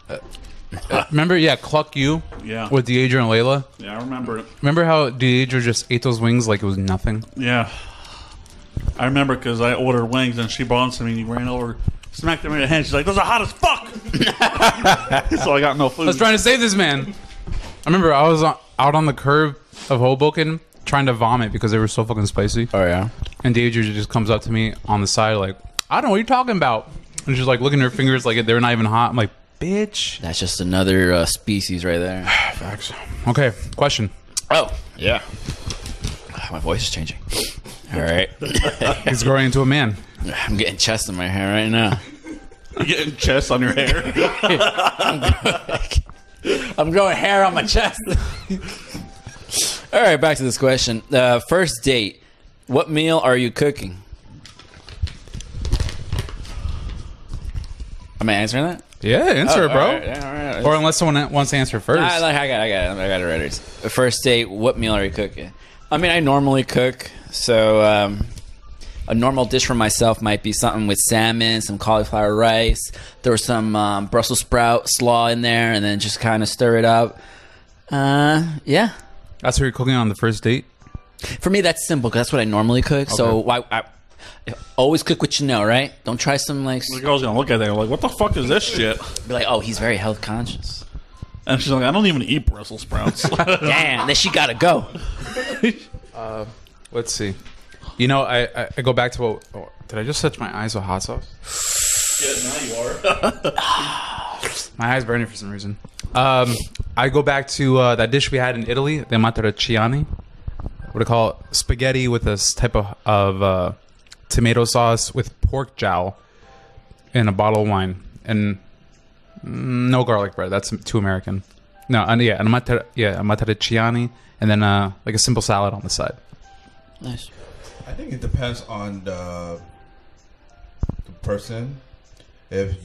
C: Remember, yeah, Cluck You
B: Yeah.
C: with Deidre and Layla?
B: Yeah, I remember it.
C: Remember how Deidre just ate those wings like it was nothing?
B: Yeah. I remember because I ordered wings and she brought them to me and you ran over, smacked them in the head. She's like, those are hot as fuck. so I got no food.
C: I was trying to save this man. I remember I was on, out on the curb of Hoboken trying to vomit because they were so fucking spicy.
E: Oh yeah.
C: And Deidre just comes up to me on the side like, I don't know what you're talking about. And she's like looking at her fingers like they're not even hot. I'm like, bitch.
E: That's just another uh, species right there.
C: Facts. Okay, question.
E: Oh yeah. My voice is changing. All right.
C: He's growing into a man.
E: I'm getting chest in my hair right now.
B: You're getting chest on your hair.
E: I'm growing hair on my chest. All right, back to this question. Uh, first date. What meal are you cooking? Am I answering that? Oh,
C: Yeah, answer, it,
E: All
C: bro.
E: right, yeah, all right.
C: Or unless someone wants to answer first.
E: I, like, I got, I got, it. I got it right. here. First date. What meal are you cooking? I mean, I normally cook, so um, a normal dish for myself might be something with salmon, some cauliflower rice, throw some um, Brussels sprout slaw in there, and then just kind of stir it up. Uh, yeah.
C: That's what you're cooking on the first date.
E: For me, that's simple 'cause that's what I normally cook. So why? I, Always cook what you know, right? Don't try some like
B: the girl's going to look at that and like, what the fuck is this shit?
E: be like, oh, he's very health conscious.
B: And she's like, I don't even eat Brussels sprouts.
E: Damn, then she gotta go.
C: Let's see. You know, I, I, I go back to what. Oh, did I just touch my eyes with hot sauce? My eyes burning for some reason. Um, I go back to uh, that dish we had in Italy, the matriciani. What do you call it? Spaghetti with this type of, of uh, tomato sauce with pork jowl and a bottle of wine. And mm, no garlic bread. That's too American. No, and yeah, and a mater- yeah, a matriciani, and then uh, like a simple salad on the side.
E: Nice.
F: I think it depends on the, the person. If,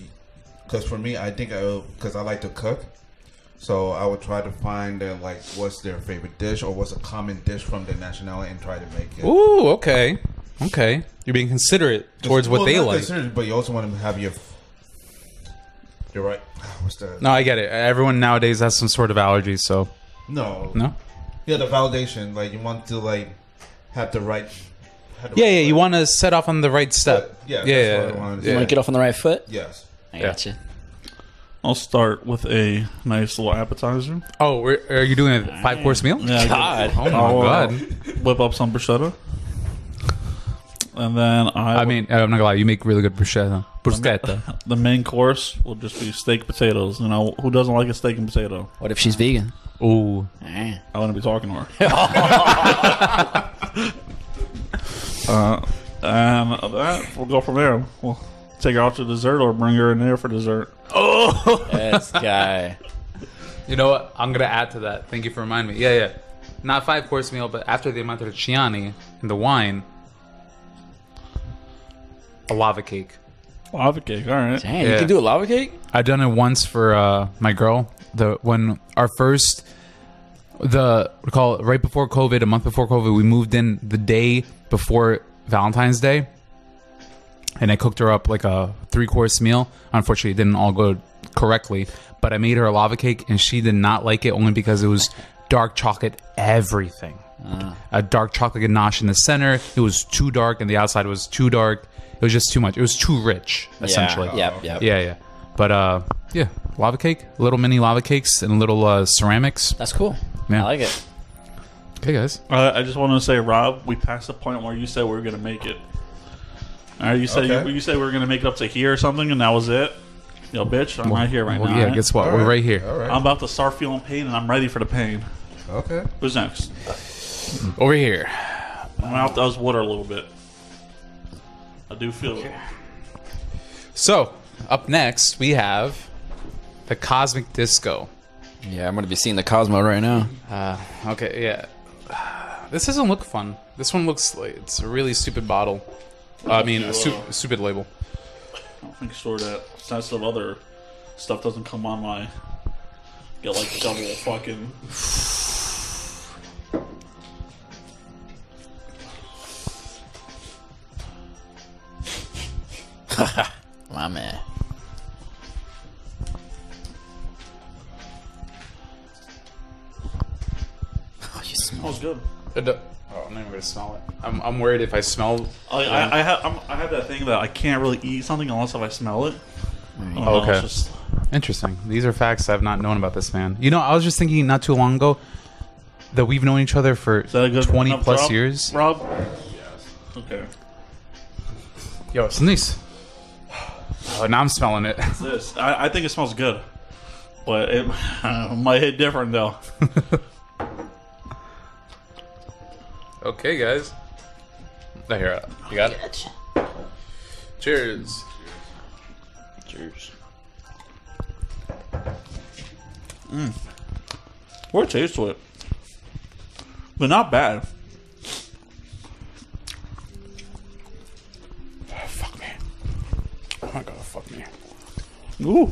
F: because for me, I think I because I like to cook, so I would try to find uh, like what's their favorite dish or what's a common dish from their nationality and try to make it.
C: Ooh, okay, okay. You're being considerate towards what
F: Well,
C: they
F: not
C: like.
F: considered, but you also want to have your. You're right. What's the
C: No, I get it. Everyone nowadays has some sort of allergy, so
F: no
C: no.
F: yeah the validation like you want to like have the right. Have the
C: Yeah,
F: right
C: yeah. You
F: way.
C: want to set off on the right step.
F: Yeah,
C: yeah.
F: that's
C: yeah,
F: what I wanted to
C: yeah.
F: say.
E: Wanna get off on the right foot?
F: yes.
E: I gotcha.
B: I'll start with a nice little appetizer.
C: Oh, we're, are you doing a five course meal?
B: Yeah, I did.
E: God.
C: Oh my
B: I'll, uh,
C: god.
B: whip up some bruschetta. And then I,
C: I mean, I'm not gonna lie. You make really good bruschetta. Bruschetta.
B: the main course will just be steak potatoes. You know, who doesn't like a steak and potato?
E: What if she's vegan?
C: Ooh.
E: Eh.
B: I wouldn't be talking to her. uh, and that we'll go from there. We'll take her out to dessert or bring her in there for dessert.
E: This guy.
C: You know what? I'm gonna add to that. Thank you for reminding me. Yeah, yeah. Not five course meal, but after the amatriciani and the wine, a lava cake.
B: Lava cake. All right.
E: Dang, you
C: Yeah.
E: can do a lava cake?
C: I've done it once for uh, my girl. The when our first the we call it right before COVID, a month before COVID, we moved in the day before Valentine's Day, and I cooked her up like a three course meal. Unfortunately, it didn't all go correctly, but I made her a lava cake, and she did not like it only because it was dark chocolate everything. A dark chocolate ganache in the center. It was too dark, and the outside was too dark. It was just too much. It was too rich, essentially.
E: Yeah, yep, yep.
C: Yeah, yeah. But uh, yeah, lava cake, little mini lava cakes, and little uh, ceramics.
E: That's cool.
C: Yeah.
E: I like it.
C: Okay, guys.
B: Uh, I just want to say, Rob, we passed the point where you said we were going to make it. All right, you said
F: Okay.
B: you, you said we were going to make it up to here or something, and that was it. Yo, bitch, I'm right here right
C: Well,
B: now.
C: yeah.
B: all right?
C: Guess what? We're right here. Um,
F: All right.
B: I'm about to start feeling pain, and I'm ready for the pain.
F: okay.
B: Who's next?
C: Over here.
B: My mouth does water a little bit. I do feel it.
C: So up next we have the Cosmic Disco.
E: Yeah, I'm gonna be seeing the Cosmo right now.
C: Okay, yeah. This doesn't look fun. This one looks like it's a really stupid bottle. I mean, a stu- stupid label.
B: Make sure that sense of other stuff doesn't come on my get like double fucking.
E: My man. Oh, you smell.
B: Smells good.
C: I'm not oh, even gonna smell it. I'm, I'm worried if I smell.
B: I I, I have I'm, I have that thing that I can't really eat something unless if I smell it. I don't know, it's
C: Okay.
B: just-
C: Interesting. These are facts I've not known about this man. You know, I was just thinking not too long ago that we've known each other for
B: is that a good
C: 20
B: enough
C: plus
B: drop,
C: years.
B: Rob. Okay.
C: Yo, it's nice. Oh, now I'm smelling it.
B: This I, I think it smells good, but it might hit different though.
C: okay, guys. I hear it. You got it. Cheers.
E: Cheers.
B: What a taste to it, but not bad.
C: Fuck me. Oh my god, fuck me.
B: Ooh,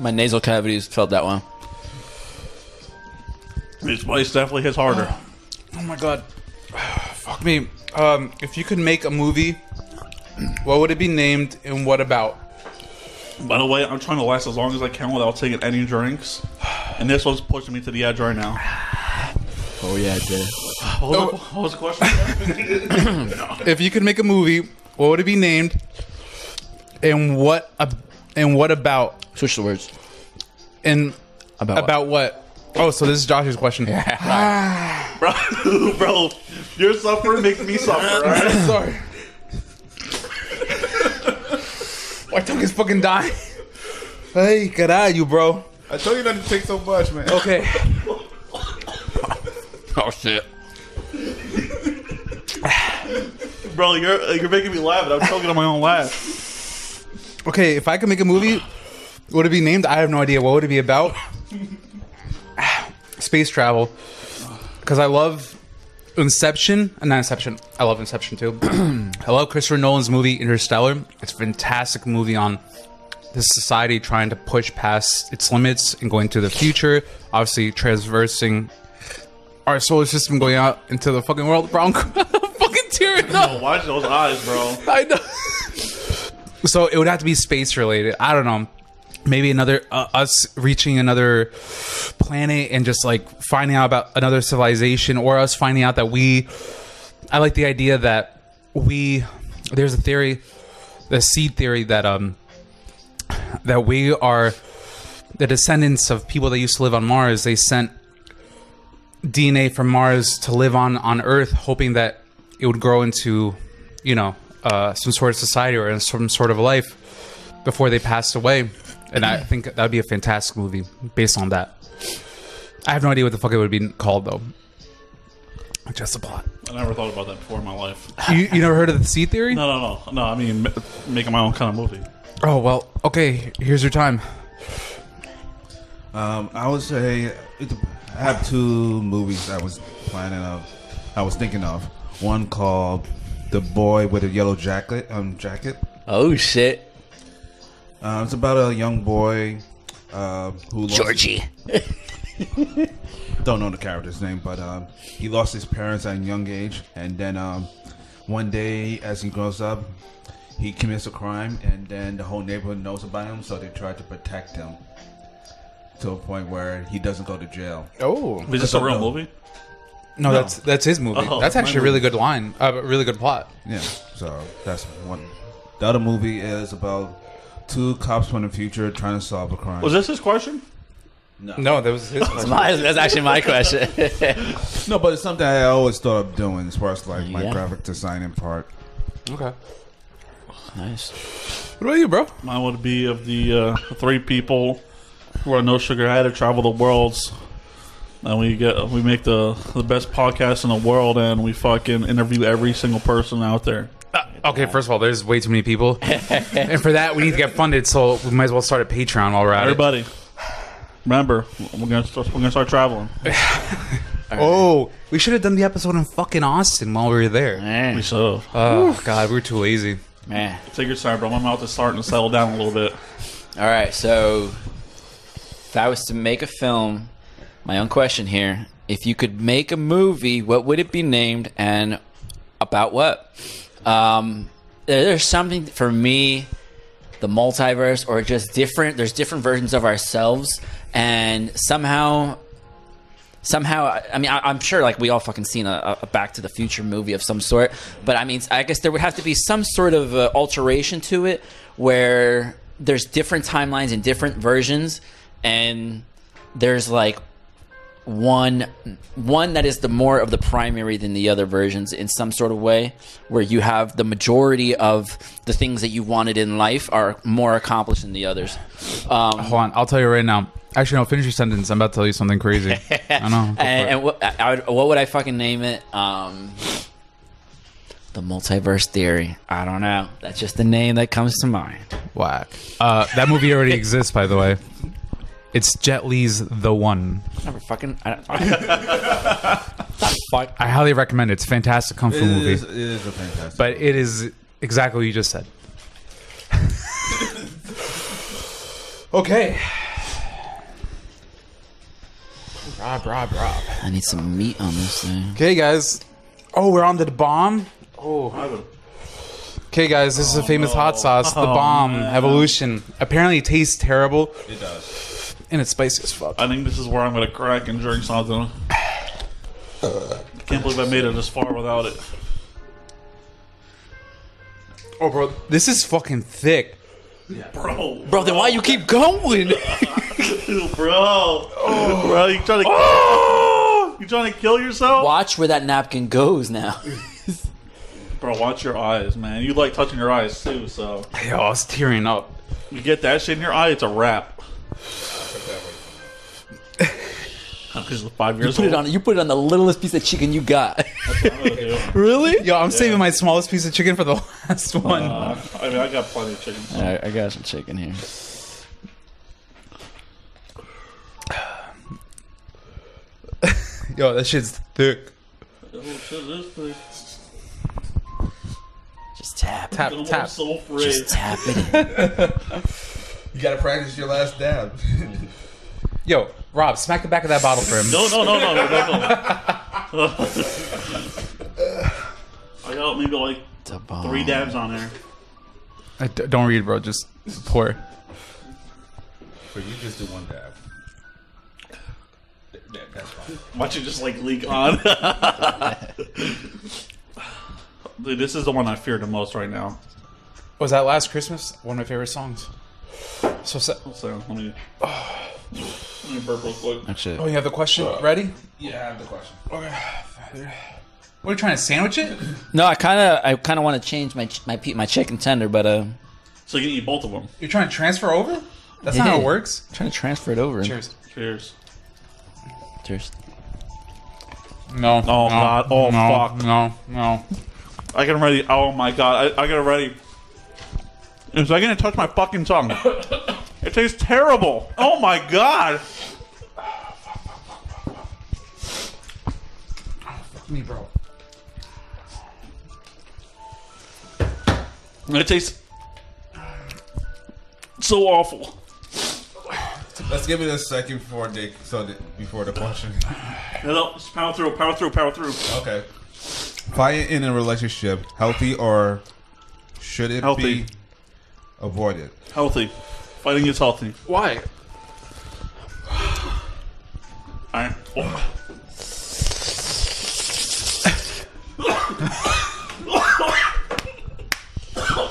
E: My nasal cavities felt that one.
B: this place definitely hits harder.
C: Oh my god. Fuck me. Um, if you could make a movie, what would it be named and what about?
B: By the way, I'm trying to last as long as I can without taking any drinks, and this one's pushing me to the edge right now.
E: Oh yeah, I did. It.
B: What was, the- what was the question?
C: If you could make a movie, what would it be named? And what ab- and what about?
E: Switch the words.
C: And
E: About
C: about, what? Oh, so this is Josh's question.
B: bro, bro, your suffering makes me suffer. all right?
C: Sorry. My tongue is fucking dying. Hey, caray, you bro.
F: I told you not to take so much, man.
C: Okay.
E: Oh shit.
B: Bro, you're you're making me laugh, and I'm choking on my own laugh.
C: Okay, if I could make a movie, what would it be named? I have no idea. What would it be about? Space travel. Because I love Inception. uh, Not Inception. I love Inception too. I love Christopher Nolan's movie Interstellar. It's a fantastic movie on this society trying to push past its limits and going to the future. Obviously, transversing our solar system, going out into the fucking world. Bro, I'm fucking tearing up.
B: Oh, watch those eyes, bro.
C: I know. so it would have to be space related. I don't know. Maybe another uh, us reaching another planet and just like finding out about another civilization, or us finding out that we. I like the idea that we. There's a theory, the seed theory that um that we are the descendants of people that used to live on Mars. They sent DNA from Mars to live on on Earth, hoping that it would grow into, you know, uh, some sort of society or some sort of life before they passed away. And I think that would be a fantastic movie based on that. I have no idea what the fuck it would be called though. Just a plot.
B: I never thought about that before in my life.
C: You, you never heard of the sea theory?
B: No, no, no, no. I mean, ma- making my own kind of movie.
C: Oh well. Okay. Here's your time.
F: Um, I would say it, I have two movies I was planning of. I was thinking of one called "The Boy with a Yellow Jacket." Um, jacket.
E: Oh shit.
F: Uh, it's about a young boy uh, who lost,
E: Georgie.
F: don't know the character's name, but um, he lost his parents at a young age, and then um, one day as he grows up, he commits a crime, and then the whole neighborhood knows about him, so they try to protect him to a point where he doesn't go to jail.
C: Oh
B: Is this a real
F: no.
B: movie?
C: no, that's that's his movie.
B: Oh,
C: that's
B: my
C: actually a really good line. A really good plot.
F: Yeah, so that's one. The other movie is about two cops from the future trying to solve a crime.
B: Was this his question?
C: No, that was his.
E: That's, my, that's actually my question.
F: No, but it's something I always thought of doing as far as like my
E: Yeah.
F: graphic design and part.
C: okay.
E: nice.
C: What about you, bro?
B: Mine would be of the uh, three people who are no sugar had to travel the worlds, and we get we make the the best podcast in the world, and we fucking interview every single person out there.
C: Uh, Okay, first of all, there's way too many people, and for that we need to get funded. So we might as well start a Patreon while we're at it.
B: Everybody, remember we're gonna start, we're gonna start traveling.
C: Oh, we should have done the episode in fucking Austin while we were there.
E: Man.
B: So
C: Oh God, we were too lazy.
E: Man.
B: take your time, bro. My mouth is starting to settle down a little bit.
E: All right, so if I was to make a film, my own question here: If you could make a movie, what would it be named, and about what? Um, there- there's something for me, the multiverse, or just different. There's different versions of ourselves, and somehow somehow i mean I, i'm sure like we all fucking seen a, a back to the future movie of some sort but i mean i guess there would have to be some sort of uh, alteration to it where there's different timelines and different versions and there's like one one that is the more of the primary than the other versions in some sort of way where you have the majority of the things that you wanted in life are more accomplished than the others um,
C: Hold on, I'll tell you right now. Actually, no, finish your sentence. I'm about to tell you something crazy. I know. Go for
E: and,
C: it.
E: and what, I I would, what would I fucking name it? Um, the multiverse theory. I don't know. That's just the name that comes to mind.
C: Whack. Uh, that movie already exists, by the way. It's Jet Li's The One.
E: Never fucking. I don't, fuck.
C: I highly recommend it. It's a fantastic kung fu
F: It
C: movie.
F: is, it is a fantastic.
C: But it is exactly what you just said. okay. Rob, Rob, Rob.
E: I need some meat on this thing.
C: Okay, guys. Oh, we're on the bomb. Oh. Okay, guys, this is a famous hot sauce, the bomb evolution. Apparently, it tastes terrible
F: it does.
C: and it's spicy as fuck.
B: I think this is where I'm gonna crack and drink something. I can't believe I made it this far without it.
C: Oh, bro, this is fucking thick.
B: Bro,
E: Bro, then why you keep going?
B: bro, bro, you trying to you trying to kill yourself?
E: Watch where that napkin goes now.
B: Bro, watch your eyes, man. You like touching your eyes too, so
C: Yo, I was tearing up.
B: you get that shit in your eye, it's a wrap. Because five years
E: Put it
B: old.
E: on. You put it on the littlest piece of chicken you got.
C: Really? Yo, I'm saving my smallest piece of chicken for the last one.
B: Uh, I mean, I got plenty of chicken.
E: I, I got some chicken here.
C: Yo, that shit's thick.
B: Oh,
E: Just tap.
C: Tap, tap.
B: so
E: Just tap it. in.
F: You gotta practice your last dab.
C: Yo, Rob, smack the back of that bottle for him.
B: No, no, no, no, no, no. no. I got maybe like
E: The bomb.
B: three dabs on there.
C: Uh, d- don't read, bro. Just pour.
F: but you just do one dab. That- that- that's fine.
B: Watch it just like leak on. Dude, this is the one I fear the most right now.
C: Was that Last Christmas? One of my favorite songs. So, sa-
B: So let me, let me burp real quick.
E: Shit.
C: oh, you have the question ready?
F: Yeah, I have the question.
C: What are you trying to sandwich it?
E: No, I kind of, I kind of want to change my ch- my pe- my chicken tender, but uh,
B: So you can eat both of them.
C: You're trying to transfer over? That's not how it works.
E: trying to transfer it over.
C: Cheers.
B: Cheers.
E: Cheers.
C: No.
B: Oh,
C: no,
B: God. Oh,
C: no,
B: fuck.
C: No. No.
B: I can already. Oh my god! I, I can already. It's like gonna touch my fucking tongue. it tastes terrible. Oh my god!
C: Me, bro.
B: It tastes so awful.
F: Let's give it a second before they so that, before the question.
B: Hello, just power through, power through, power through.
F: Okay. Fighting in a relationship, healthy or should it
B: Healthy.
F: be avoided?
B: Healthy, fighting is healthy.
C: Why?
B: I, oh.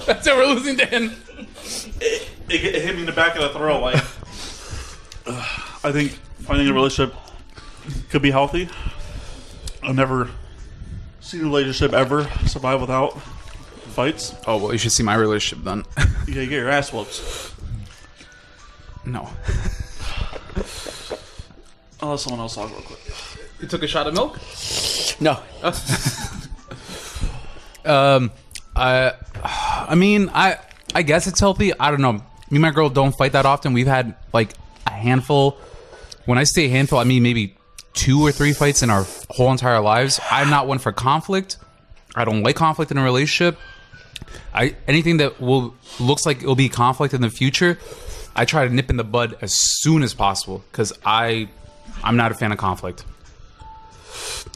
C: That's how we're losing to him.
B: it, it hit me in the back of the throat. Like, I think finding a relationship could be healthy. I've never seen a relationship ever survive without fights.
C: Oh, well, you should see my relationship then.
B: Yeah, you get your ass whooped.
C: no.
B: I'll let someone else talk real quick.
C: You took a shot of milk?
E: No,
C: Um, I, I mean, I, I guess it's healthy. I don't know. Me and my girl don't fight that often. We've had like a handful. When I say handful, I mean maybe two or three fights in our whole entire lives. I'm not one for conflict. I don't like conflict in a relationship. I anything that will looks like it'll be conflict in the future I try to nip in the bud as soon as possible because I, I'm not a fan of conflict.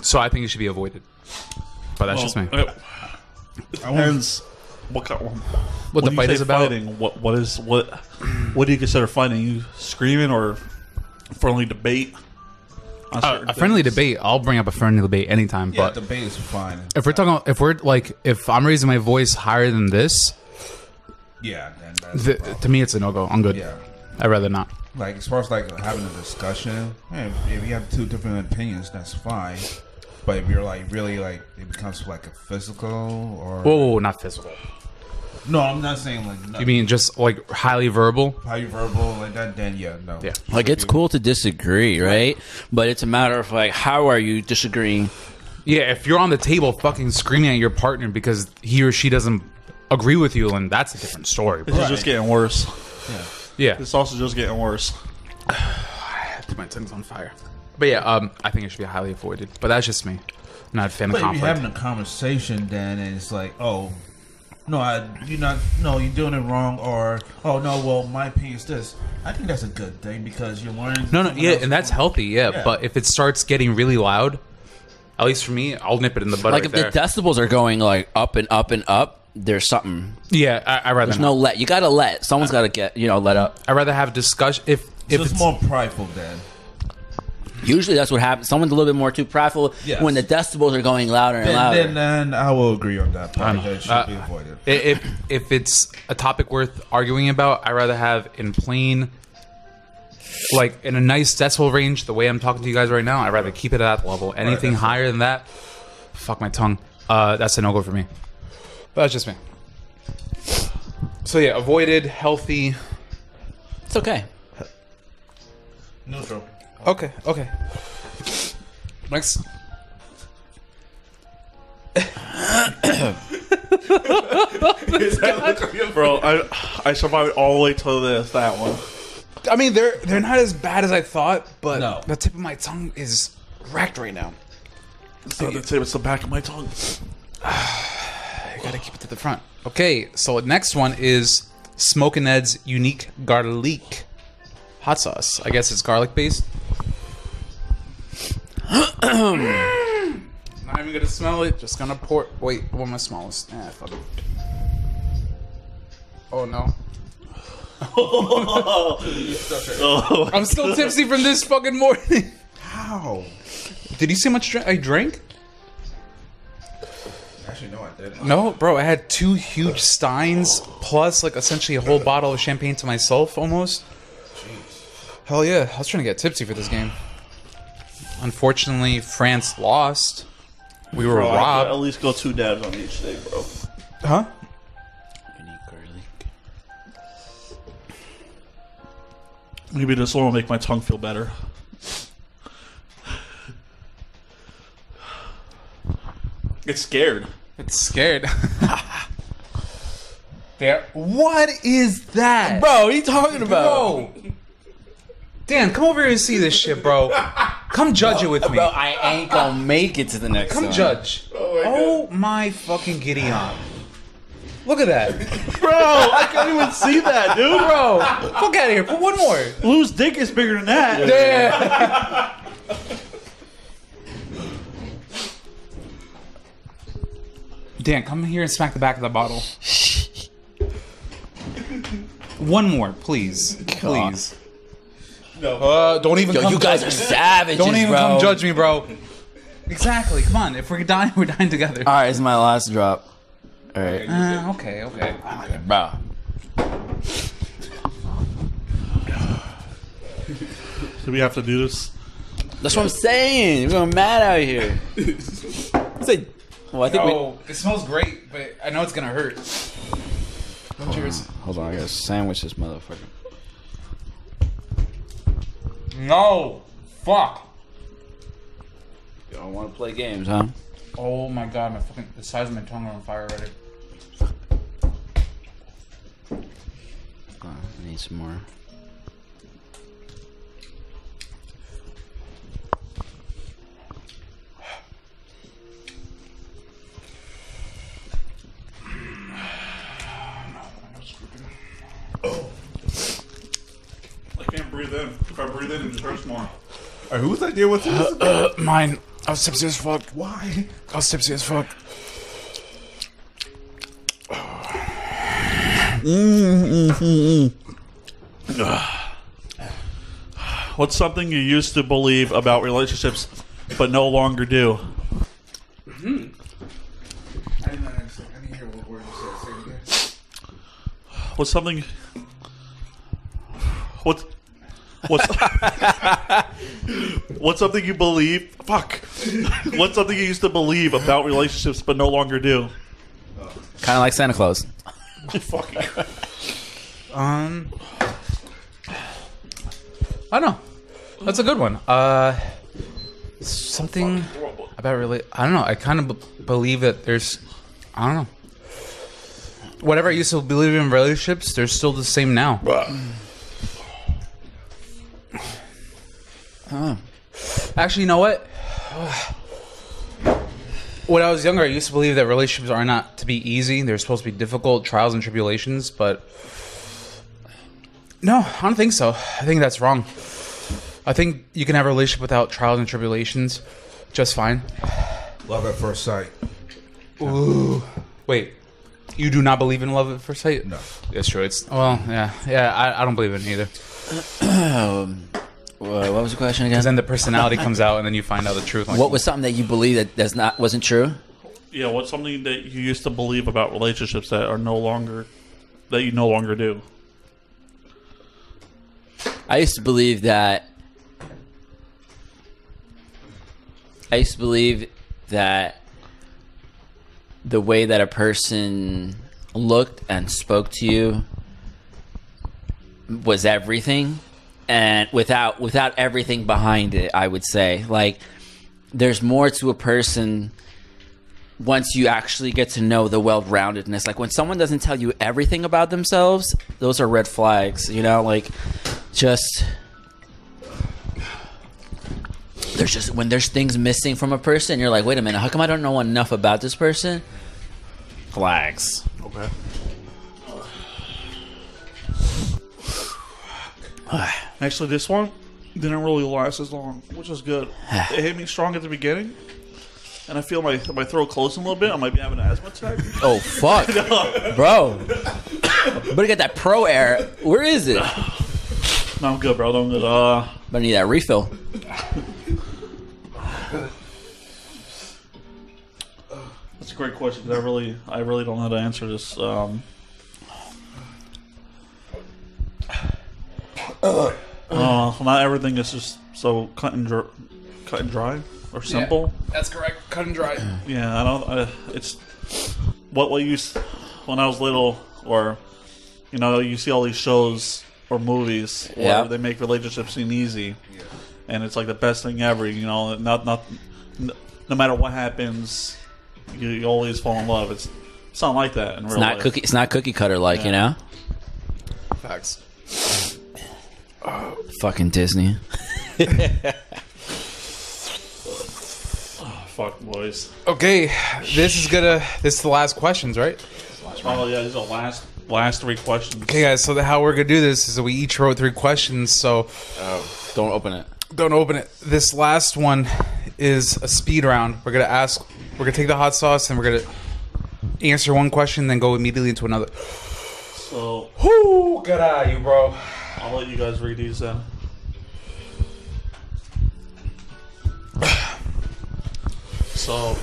C: So I think it should be avoided. But that's just me.
B: It depends what kind.
C: What
B: when
C: the
B: you
C: fight
B: say
C: is about?
B: Fighting, what what is what? What do you consider fighting? You screaming or friendly debate? on
C: Uh, A-
B: certain
C: a friendly
B: things?
C: debate. I'll bring up a friendly debate anytime.
F: Yeah,
C: but
F: debate is fine.
C: if we're talking, if we're like, if I'm raising my voice higher than this,
F: Yeah, then that's
C: th-
F: the problem.
C: to me it's a no go. I'm good.
F: Yeah.
C: I'd rather not.
F: Like as far as like having a discussion, yeah, if you have two different opinions, that's fine. But if you're like really like it becomes like a physical or
C: Whoa, whoa, whoa, not physical.
F: no, I'm not saying like no,
C: You mean just like highly verbal?
F: how you verbal like that. Then yeah, no,
C: Yeah.
E: Like it's cool to disagree, right? But it's a matter of like how are you disagreeing?
C: Yeah, if you're on the table fucking screaming at your partner because he or she doesn't agree with you, and that's a different story.
B: This
C: Bro.
B: is just getting worse.
C: Yeah,
B: This also just getting worse.
C: my tongue's on fire. But yeah, um, I think it should be highly avoided. But that's just me. Not a fan of
F: But if you're
C: conflict.
F: having a conversation, then and it's like, oh, no, I, you're not, no, you're doing it wrong, or oh no, well, my opinion is this. I think that's a good thing because you're learning.
C: no, no,
F: someone
C: yeah,
F: else-
C: and that's healthy. Yeah,
F: Yeah.
C: but if it starts getting really loud, at least for me, I'll nip it in the bud.
E: Like
C: right
E: if
C: there.
E: the decibels are going like up and up and up, there's something.
C: yeah, I, I'd rather
E: There's
C: not.
E: no let. You gotta let. Someone's gotta get you know let up.
C: I'd rather have discussion. If if
F: So it's,
C: it's-
F: more prideful then.
E: Usually that's what happens. Someone's a little bit more too prideful
F: Yes.
E: when the decibels are going louder and
F: Then,
E: louder.
F: then, uh, then I will agree on that
C: I
F: part.
C: know.
F: That it should
C: Uh,
F: be avoided.
C: I- if if it's a topic worth arguing about, I would rather have in plain, like in a nice decibel range. The way I'm talking to you guys right now, I'd rather keep it at that level. Anything
F: that's
C: higher than that, fuck my tongue. Uh, that's a no go for me. But that's just me. So yeah, avoided healthy.
E: It's okay.
F: Neutral.
C: Okay, okay. Next.
B: Bro, I I survived all the way to this that one.
C: I mean, they're they're not as bad as I thought, but
F: No.
C: the tip of my tongue is wrecked right now.
B: It's not the tip, it's the back of my tongue.
C: I gotta keep it to the front. Okay, so next one is Smokin' Ed's unique garlic hot sauce. I guess it's garlic based. Not even gonna smell it. Just gonna pour. Wait, what am I smallest? Ah, fuck it. Oh no. I'm still tipsy from this fucking morning.
F: How?
C: Did you see how much drink I drank?
F: Actually, no, I didn't.
C: No, bro, I had two huge steins plus like essentially a whole bottle of champagne to myself almost. Hell yeah, I was trying to get tipsy for this game. Unfortunately, France lost. We were
B: Bro, I could at
C: robbed.
B: least go two dabs on each day, bro.
C: Huh?
B: Maybe this one will make my tongue feel better. It's scared.
C: It's scared. there. What is that?
E: Bro, what are you talking about?
C: Bro. Dan, come over here and see this shit, bro. Come judge it with me.
E: Bro, I ain't gonna make it to the next
C: Come
E: one.
C: judge. Oh my, fucking Gideon. Look at that.
B: Bro, I can't even see that, dude.
C: Bro, fuck out of here. Put one more.
B: Lou's dick is bigger than that.
C: Yeah. Dan, come here and smack the back of the bottle. One more, please. Please. No. Uh, don't even
E: Yo,
C: come
E: you guys are
C: judge me.
E: savages,
C: Don't even
E: bro.
C: come judge me, bro. Exactly. Come on. If we're dying, we're dying together.
E: All right, this is my last drop. All right,
C: Uh, okay, okay.
E: bro.
B: Do we have to do this?
E: That's what I'm saying. We're going mad out here. It's like, well, I think
C: Oh, it smells great, but I know it's gonna hurt. Cheers.
E: we. Hold on, I gotta sandwich this motherfucker.
C: No. Fuck.
E: You don't want to play games, huh?
C: Oh my god, my fucking the sides of my tongue are on fire already.
E: Hold on, I need some more.
F: breathe in and just hurts more. All right, whose idea was this?
C: Mine. I was tipsy as fuck.
F: Why?
C: I was tipsy as fuck.
B: What's something you used to believe about relationships, but no longer do?
F: I didn't understand. I didn't hear what word you said. Say
B: What's something? What's what's what's something you believe? Fuck. What's something you used to believe about relationships, but no longer do?
E: Kind of like Santa Claus.
C: Um, I don't know. That's a good one. Uh, something about really. I don't know. I kind of b- believe that there's. I don't know. Whatever I used to believe in relationships, they're still the same now. Actually, you know what? When I was younger, I used to believe that relationships are not to be easy. They're supposed to be difficult trials and tribulations, but no, I don't think so. I think that's wrong. I think you can have a relationship without trials and tribulations just fine.
F: again. Love at first sight.
C: Wait, you do not believe in love at first sight?
F: No.
C: That's true. It's well, yeah, yeah. I, I don't believe in it either.
E: Um, Wha- what was the question again?
C: Because then the personality comes out, and then you find out the truth. Like,
E: what was something that you believed that that's not wasn't true?
B: Yeah. What's something that you used to believe about relationships that are no longer that you no longer do?
E: I used to believe that. I used to believe that the way that a person looked and spoke to you was everything, and without without everything behind it, I would say like there's more to a person once you actually get to know the well-roundedness like when someone doesn't tell you everything about themselves those are red flags you know like just there's just when there's things missing from a person you're like wait a minute how come i don't know enough about this person flags
B: Okay. Actually, this one didn't really last as long, which is good. It hit me strong at the beginning, and I feel my my throat closing a little bit. I might be having an asthma attack.
E: oh fuck bro better get that pro air where is it
B: no, I'm good, bro. I'm good. Uh,
E: better need that refill
B: that's a great question 'cause I really I really don't know how to answer this. Um, uh, not everything is just so cut and dr- cut and dry or simple.
C: That's correct. Cut and dry.
B: Yeah, I don't. I, it's what we used when I was little, or you know, you see all these shows or movies where
E: Yeah.
B: they make relationships seem easy, and it's like the best thing ever. You know, not not n- no matter what happens, you, you always fall in love. It's it's not like that in real
E: it's not
B: life.
E: cookie it's not cookie cutter like you know
C: Facts.
E: fucking disney
B: Fuck boys.
C: Okay, this is gonna. This is the last questions, right?
B: Oh yeah, these are the last last three questions.
C: Okay, guys. So the, how we're gonna do this is that we each wrote three questions. So
E: don't open it
C: don't open it. This last one is a speed round. We're gonna ask. We're gonna take the hot sauce and we're gonna answer one question, then go immediately into another.
B: So
C: Whoo, good eye, you bro.
B: I'll let you guys read these then. So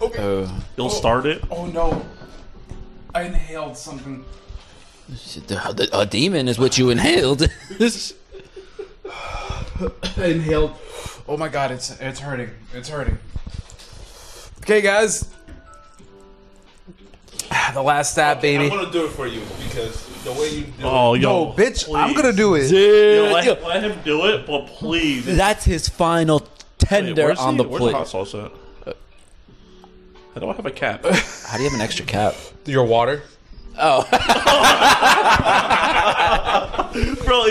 E: oh
B: you'll start it.
C: Oh no, I inhaled something.
E: The- the- a demon is what you inhaled. This-
C: I inhaled. Oh my god, it's it's hurting. It's hurting. Okay, guys. The last stab, baby.
F: I'm gonna do it for you because the way you do
B: Oh, yo,
C: No, bitch, I'm
B: please.
C: gonna do it.
B: Yo, let, let him do it, but please.
E: That's his final
B: Wait,
E: tender
B: where's
E: on
B: the,
E: the
B: where's
E: plate.
B: hot sauce at? I don't have a cap.
E: How do you have an extra cap?
C: Your water.
B: bro, it's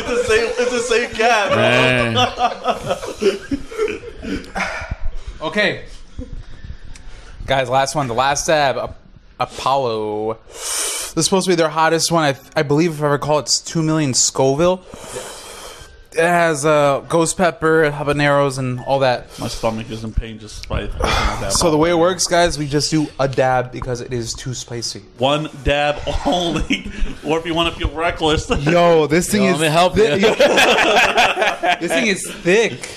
B: the same. It's the same cap.
C: Okay. Guys, last one. The last stab. Ap- Apollo. This is supposed to be their hottest one. I, I believe, if I recall, it's 2 million Scoville. It has uh, ghost pepper, habaneros, and all that.
B: My stomach is in pain just by thinking about that.
C: So the way it works, guys, we just do a dab because it is too spicy.
B: one dab only, or if you want to feel reckless,
C: Yo, this thing
E: Yo, let me help
C: thi-
E: you.
C: yo. this thing is thick.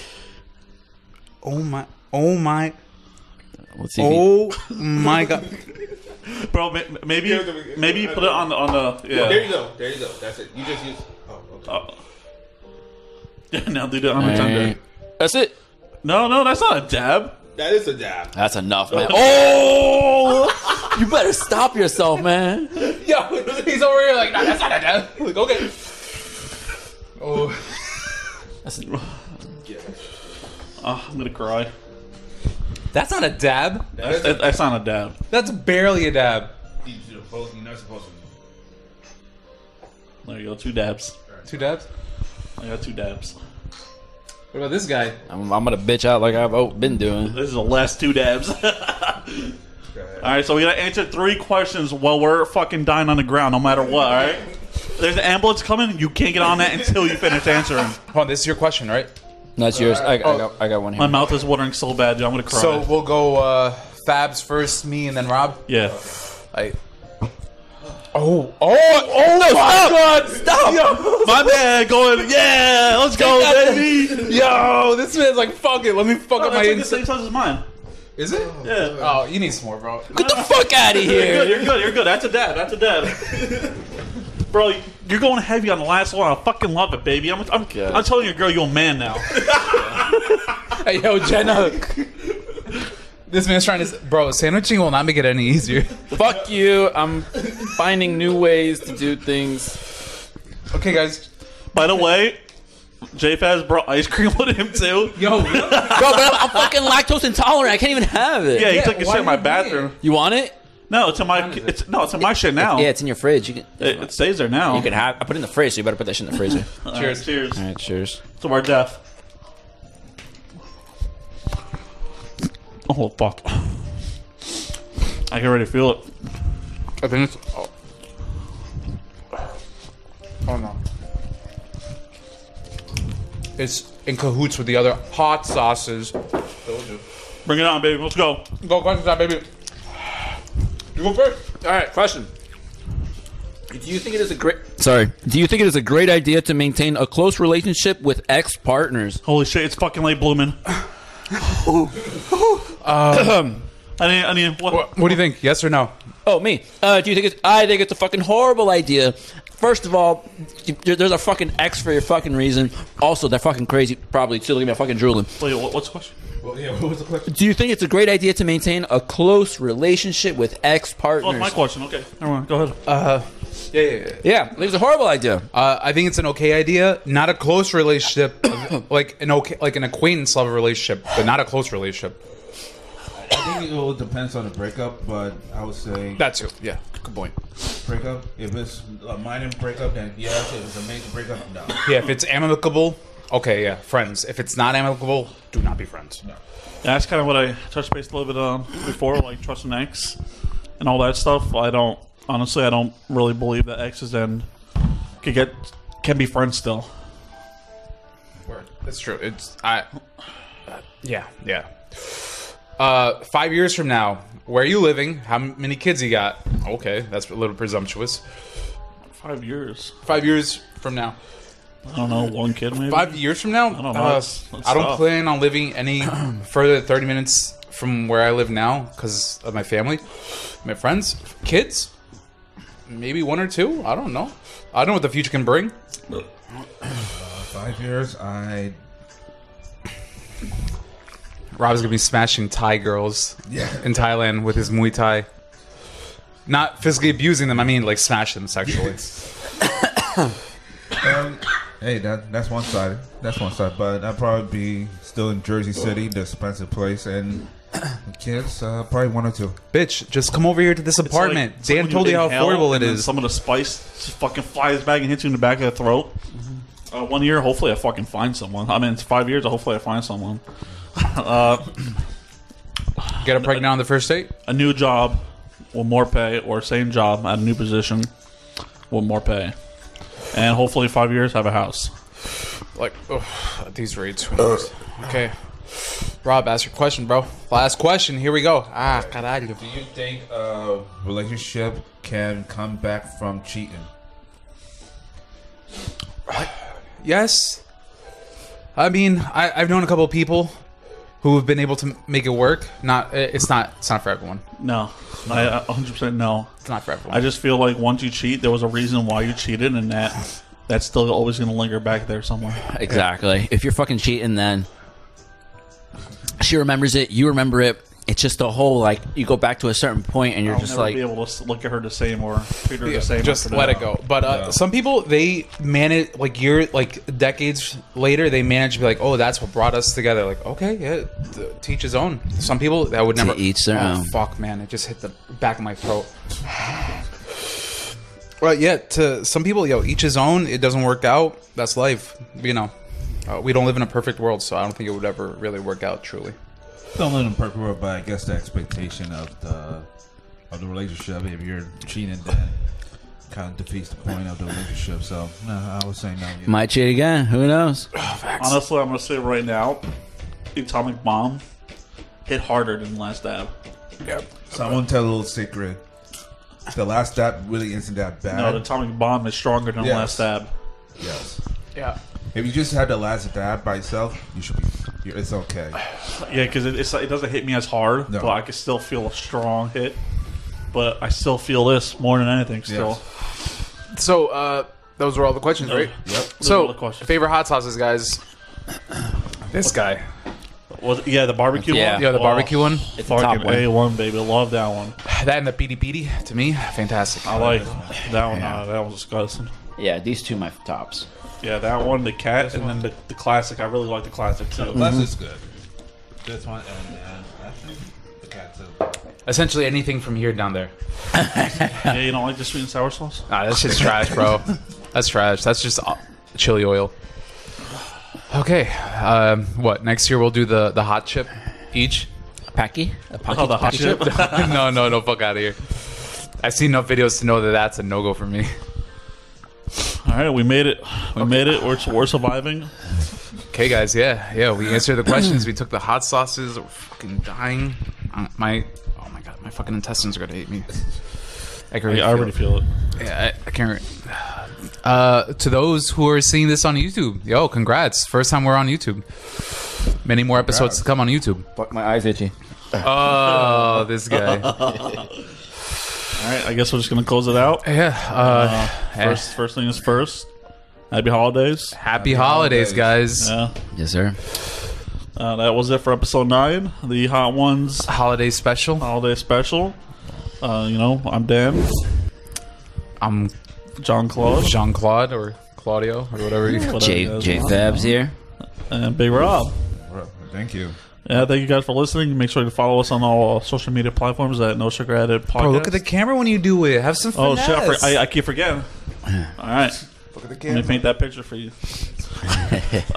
C: Oh my! Oh my!
E: Let's see if you-
C: Oh my God!
B: bro. ma- Maybe maybe you put it on the on the
F: There
B: yeah.
F: you go. There you go. That's it. You just use. Oh, okay.
B: now do
E: Oh, Eh.
B: the undertone.
E: Alright. That's it.
B: No, no, that's not a dab.
F: That is a dab.
E: That's enough, man. Oh,
B: Oh,
E: you better stop yourself, man.
C: Yo, he's over here like, nah, that's not a dab. Like, okay. Oh.
B: Oh, I'm gonna cry.
C: That's not a dab.
B: That's, that- that's not a dab.
C: That's barely a dab.
F: You- You're supposed- you're not supposed to.
B: There you go, two dabs.
C: Two dabs.
B: I got two dabs.
C: What about this guy?
E: I'm, I'm gonna bitch out like I've oh, been doing.
B: This is the last two dabs. All right, so we gotta answer three questions while we're fucking dying on the ground, no matter what. All right, there's an ambulance coming. You can't get on that until you finish answering.
C: Hold on, this is your question, right?
E: That's yours. I, I, got, I got one
B: My
E: here.
B: mouth is watering so bad, dude. I'm gonna cry.
C: So we'll go uh, Fabs first, me, and then Rob.
B: yeah,
C: I. Oh! Oh! Oh! No! Stop! stop! Yo,
B: my man, going. Yeah, let's go,
C: that.
B: baby.
C: yo, this man's like, fuck it. Let me fuck up
B: Oh, That's
C: my
B: like the
C: ins-
B: same size as mine.
C: Is it?
B: Yeah.
C: Oh, you need some more, bro.
E: Get the fuck out of
B: You're good.
E: here.
B: You're good. You're good. That's a dab. That's a dab. Bro, you're going heavy on the last one. I fucking love it, baby. I'm, I'm,
E: God.
B: I'm telling you, girl, you're a man now.
C: Hey, yo, Jenna. this man's trying to. s- Bro, sandwiching will not make it any easier.
E: fuck you. I'm finding new ways to do things.
C: Okay, guys.
B: By the way, JFaz brought ice cream with him too.
C: Yo,
E: Bro, but I'm, I'm fucking lactose intolerant. I can't even have it.
B: Yeah, he
C: Yeah,
B: took his
C: why
B: shit in my
C: you did?
B: bathroom.
E: You want it?
B: No, it's in my it's no, it's in my shit now.
E: Yeah, it's in your fridge. You can.
B: it, it stays there now.
E: You can have. I put it in the fridge, so you better put that shit in the freezer.
B: All
E: All
B: right,
C: Cheers.
B: cheers
E: right, cheers.
B: to our death. Oh fuck! I can already feel it.
C: I think it's. Oh, Oh, no. It's in cahoots with the other hot sauces.
B: Bring it on, baby. Let's go.
C: Go question time, baby. You go first.
E: All right, question. Do you think it is a great? Sorry. Do you think it is a great idea to maintain a close relationship with ex partners?
B: Holy shit! It's fucking late blooming. I need. I need. What?
C: What do you think? Yes or no?
E: Oh, me. Uh, do you think it's? I think it's a fucking horrible idea. First of all, there- there's a fucking ex for your fucking reason. Also, they're fucking crazy, probably too. Look at me, I'm fucking drooling.
B: Wait. What, what's the question?
F: Well, yeah, what was the question?
E: Do you think it's a great idea to maintain a close relationship with ex
B: Oh, it's
E: partners?
B: my question. Okay. Uh, Never mind. Go ahead.
C: Uh-huh. Yeah, yeah, yeah.
E: yeah, I think it's a horrible idea.
C: Uh, I think it's an okay idea, not a close relationship, like an okay, like an acquaintance level relationship, but not a close relationship.
F: I think it all depends on the breakup, but I would say
C: That's it. Yeah, good point.
F: breakup. If it's a minor breakup, then yes. If it's a major breakup, no.
C: Yeah, if it's amicable, okay, yeah, friends. If it's not amicable, do not be friends.
B: Yeah, that's kind of what I touched base a little bit on before, like trust an ex and all that stuff. I don't honestly, I don't really believe that exes and can get can be friends still.
C: That's true. It's I. yeah, yeah. Uh, five years from now, where are you living? How many kids you got? Okay, that's a little presumptuous.
B: Five years,
C: Five years from now.
B: I don't know, one kid maybe.
C: Five years from now,
B: don't know.
C: uh,
B: That's- that's
C: I don't
B: tough.
C: plan on living any further than 30 minutes from where I live now because of my family, my friends, kids, maybe one or two. I don't know. I don't know what the future can bring.
F: Five years, I
C: Rob's gonna be smashing Thai girls in Thailand with his Muay Thai. Not physically abusing them. I mean, like smash them sexually.
F: Um, hey, that that's one side. That's one side. But I'd probably be still in Jersey City, the expensive place, and kids, uh, probably one or two.
C: Bitch, just come over here to this
B: It's like-
C: apartment.
B: it's like
C: Dan
B: when
C: told you how
B: inhale
C: affordable it
B: and then
C: is.
B: Some of the spice just fucking flies back and hits you in the back of the throat.
C: Mm-hmm.
B: Uh, one year, hopefully, I fucking find someone. I mean, it's five years. Hopefully, I find someone.
C: Get her pregnant on the first date.
B: A new job with more pay, or same job at a new position with more pay, and hopefully, five years have a house.
H: like, ugh, at these rates. okay. Rob, ask your question, bro. Last question. Here we go. Ah, caralho.
F: Do you think a relationship can come back from cheating?
C: Yes. I mean, I, I've known a couple of people who have been able to make it work. Not, eh, it's not, it's not for everyone.
B: No, I I- 100% no.
C: It's not for everyone.
B: I just feel like once you cheat, there was a reason why you cheated, and that that's still always going to linger back there somewhere.
E: Exactly. If you're fucking cheating, then she remembers it. You remember it. It's just the whole like you go back to a certain point and you're
B: I'll
E: just
B: never
E: like
B: be able to s- look at her the same or treat her the same.
C: just
B: after
C: let
B: that.
C: it go. But uh, some people they manage like year like decades later they manage to be like, oh, that's what brought us together. Like, okay, yeah, t- teach his own. Some people that would never
E: each their
C: Oh,
E: own.
C: Fuck, man, it just hit the back of my throat.
H: Well, yeah.
C: To some people, yo, each his own. It doesn't work out. That's life. You know, uh, we don't live in a perfect world, so I don't think it would ever really work out. Truly,
F: Don't live in perfect world, but I guess the expectation of the of the relationship, if you're cheating, then kind of defeats the point of the relationship. So, no, I would say no. Yeah.
E: might cheat again. Who knows?
B: Honestly, I'm going to say right now, the atomic bomb hit harder than the last dab.
F: so I'm gonna tell a little secret. The last stab really isn't that bad.
B: No, the atomic bomb is stronger than the last
F: Yes.
B: dab.
F: yes.
H: Yeah.
F: If you just had the last stab by itself, you should be. You're, it's okay.
B: Yeah, because it, it's- it doesn't hit me as hard,
F: No.
B: but I can still feel a strong hit. But I still feel this more than anything. Still,
H: So, uh, those were all the questions, right?
F: Yep.
B: Those
H: So,
B: were the questions.
H: favorite hot sauces, guys.
C: this guy.
B: was yeah Oh, the barbecue
E: Yeah.
B: one.
H: Yeah, the barbecue one.
B: It's
E: the top
B: fucking
E: one.
B: a one, baby. Love that one.
C: That and the PD PD to me, fantastic.
B: I like that one. Uh, that was disgusting.
E: Yeah, these two my tops.
B: Yeah, that one, the cat, and then the, the classic. I really like the classic too.
F: Last is good. This one and, and I think the cat too.
C: Essentially anything from here down there.
B: Yeah, you don't like the sweet and sour sauce?
C: Nah, that shit's trash, bro. That's trash. That's just uh, chili oil. Okay, um, what next year we'll do the the hot chip each?
E: Packy? A packy?
B: Oh, the hot chip.
C: no, no, no, fuck out of here. I've seen enough videos to know that that's a no go for me.
B: All right, we made it. We made it. We're, we're surviving.
C: Okay, guys, yeah, yeah, we answered the questions. We took the hot sauces. We're fucking dying. Uh, My oh my god, my fucking intestines are gonna hate me. I, can
B: I, I already
C: it.
B: feel it.
C: Yeah, I, I can't. Re- uh, to those who are seeing this on YouTube, yo, congrats! First time we're on YouTube. Many more episodes to come on YouTube.
E: Fuck, my eyes itchy.
C: Oh, this guy.
B: All right, I guess we're just gonna close it out.
C: Yeah. Uh,
B: First, first thing is first. Happy holidays.
C: happy holidays, guys.
B: Yeah.
E: Yes, sir.
B: Uh, that was it for episode nine, the Hot Ones
C: Holiday special.
B: holiday special. Uh, you know, I'm Dan,
C: I'm
B: John Claude,
C: Jean Claude or Claudio or whatever. You-
B: whatever it
E: J
B: is,
E: J Fabs here.
B: and Big Rob.
F: Thank you.
B: Yeah, thank you guys for listening. Make sure to follow us on all uh, social media platforms at No Sugar Added Podcast.
C: Bro, look at the camera when you do it. Have some fun.
B: Oh shit! I, for- I, I keep forgetting. All right,
F: Look at the
B: let me
F: camera.
B: paint that picture for you.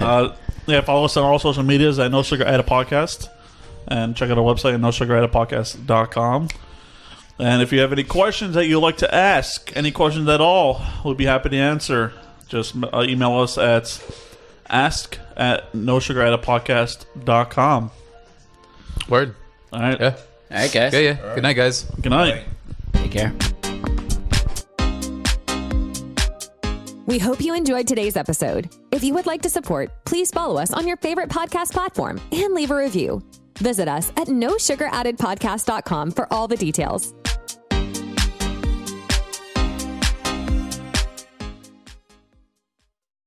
B: uh, yeah, follow us on all social medias at No Sugar Added Podcast, and check out our website at NoSugarAddedPodcast.com. And if you have any questions that you'd like to ask, any questions at all, we'd be happy to answer. Just uh, email us at ask at NoSugarAddedPodcast.com.
C: Word.
B: All right,
C: Yeah.
E: All right, guys.
C: Yeah, yeah. Good night, guys.
B: good night.
E: Take care.
A: We hope you enjoyed today's episode. If you would like to support, please follow us on your favorite podcast platform and leave a review. Visit us at no sugar added podcast.com for all the details.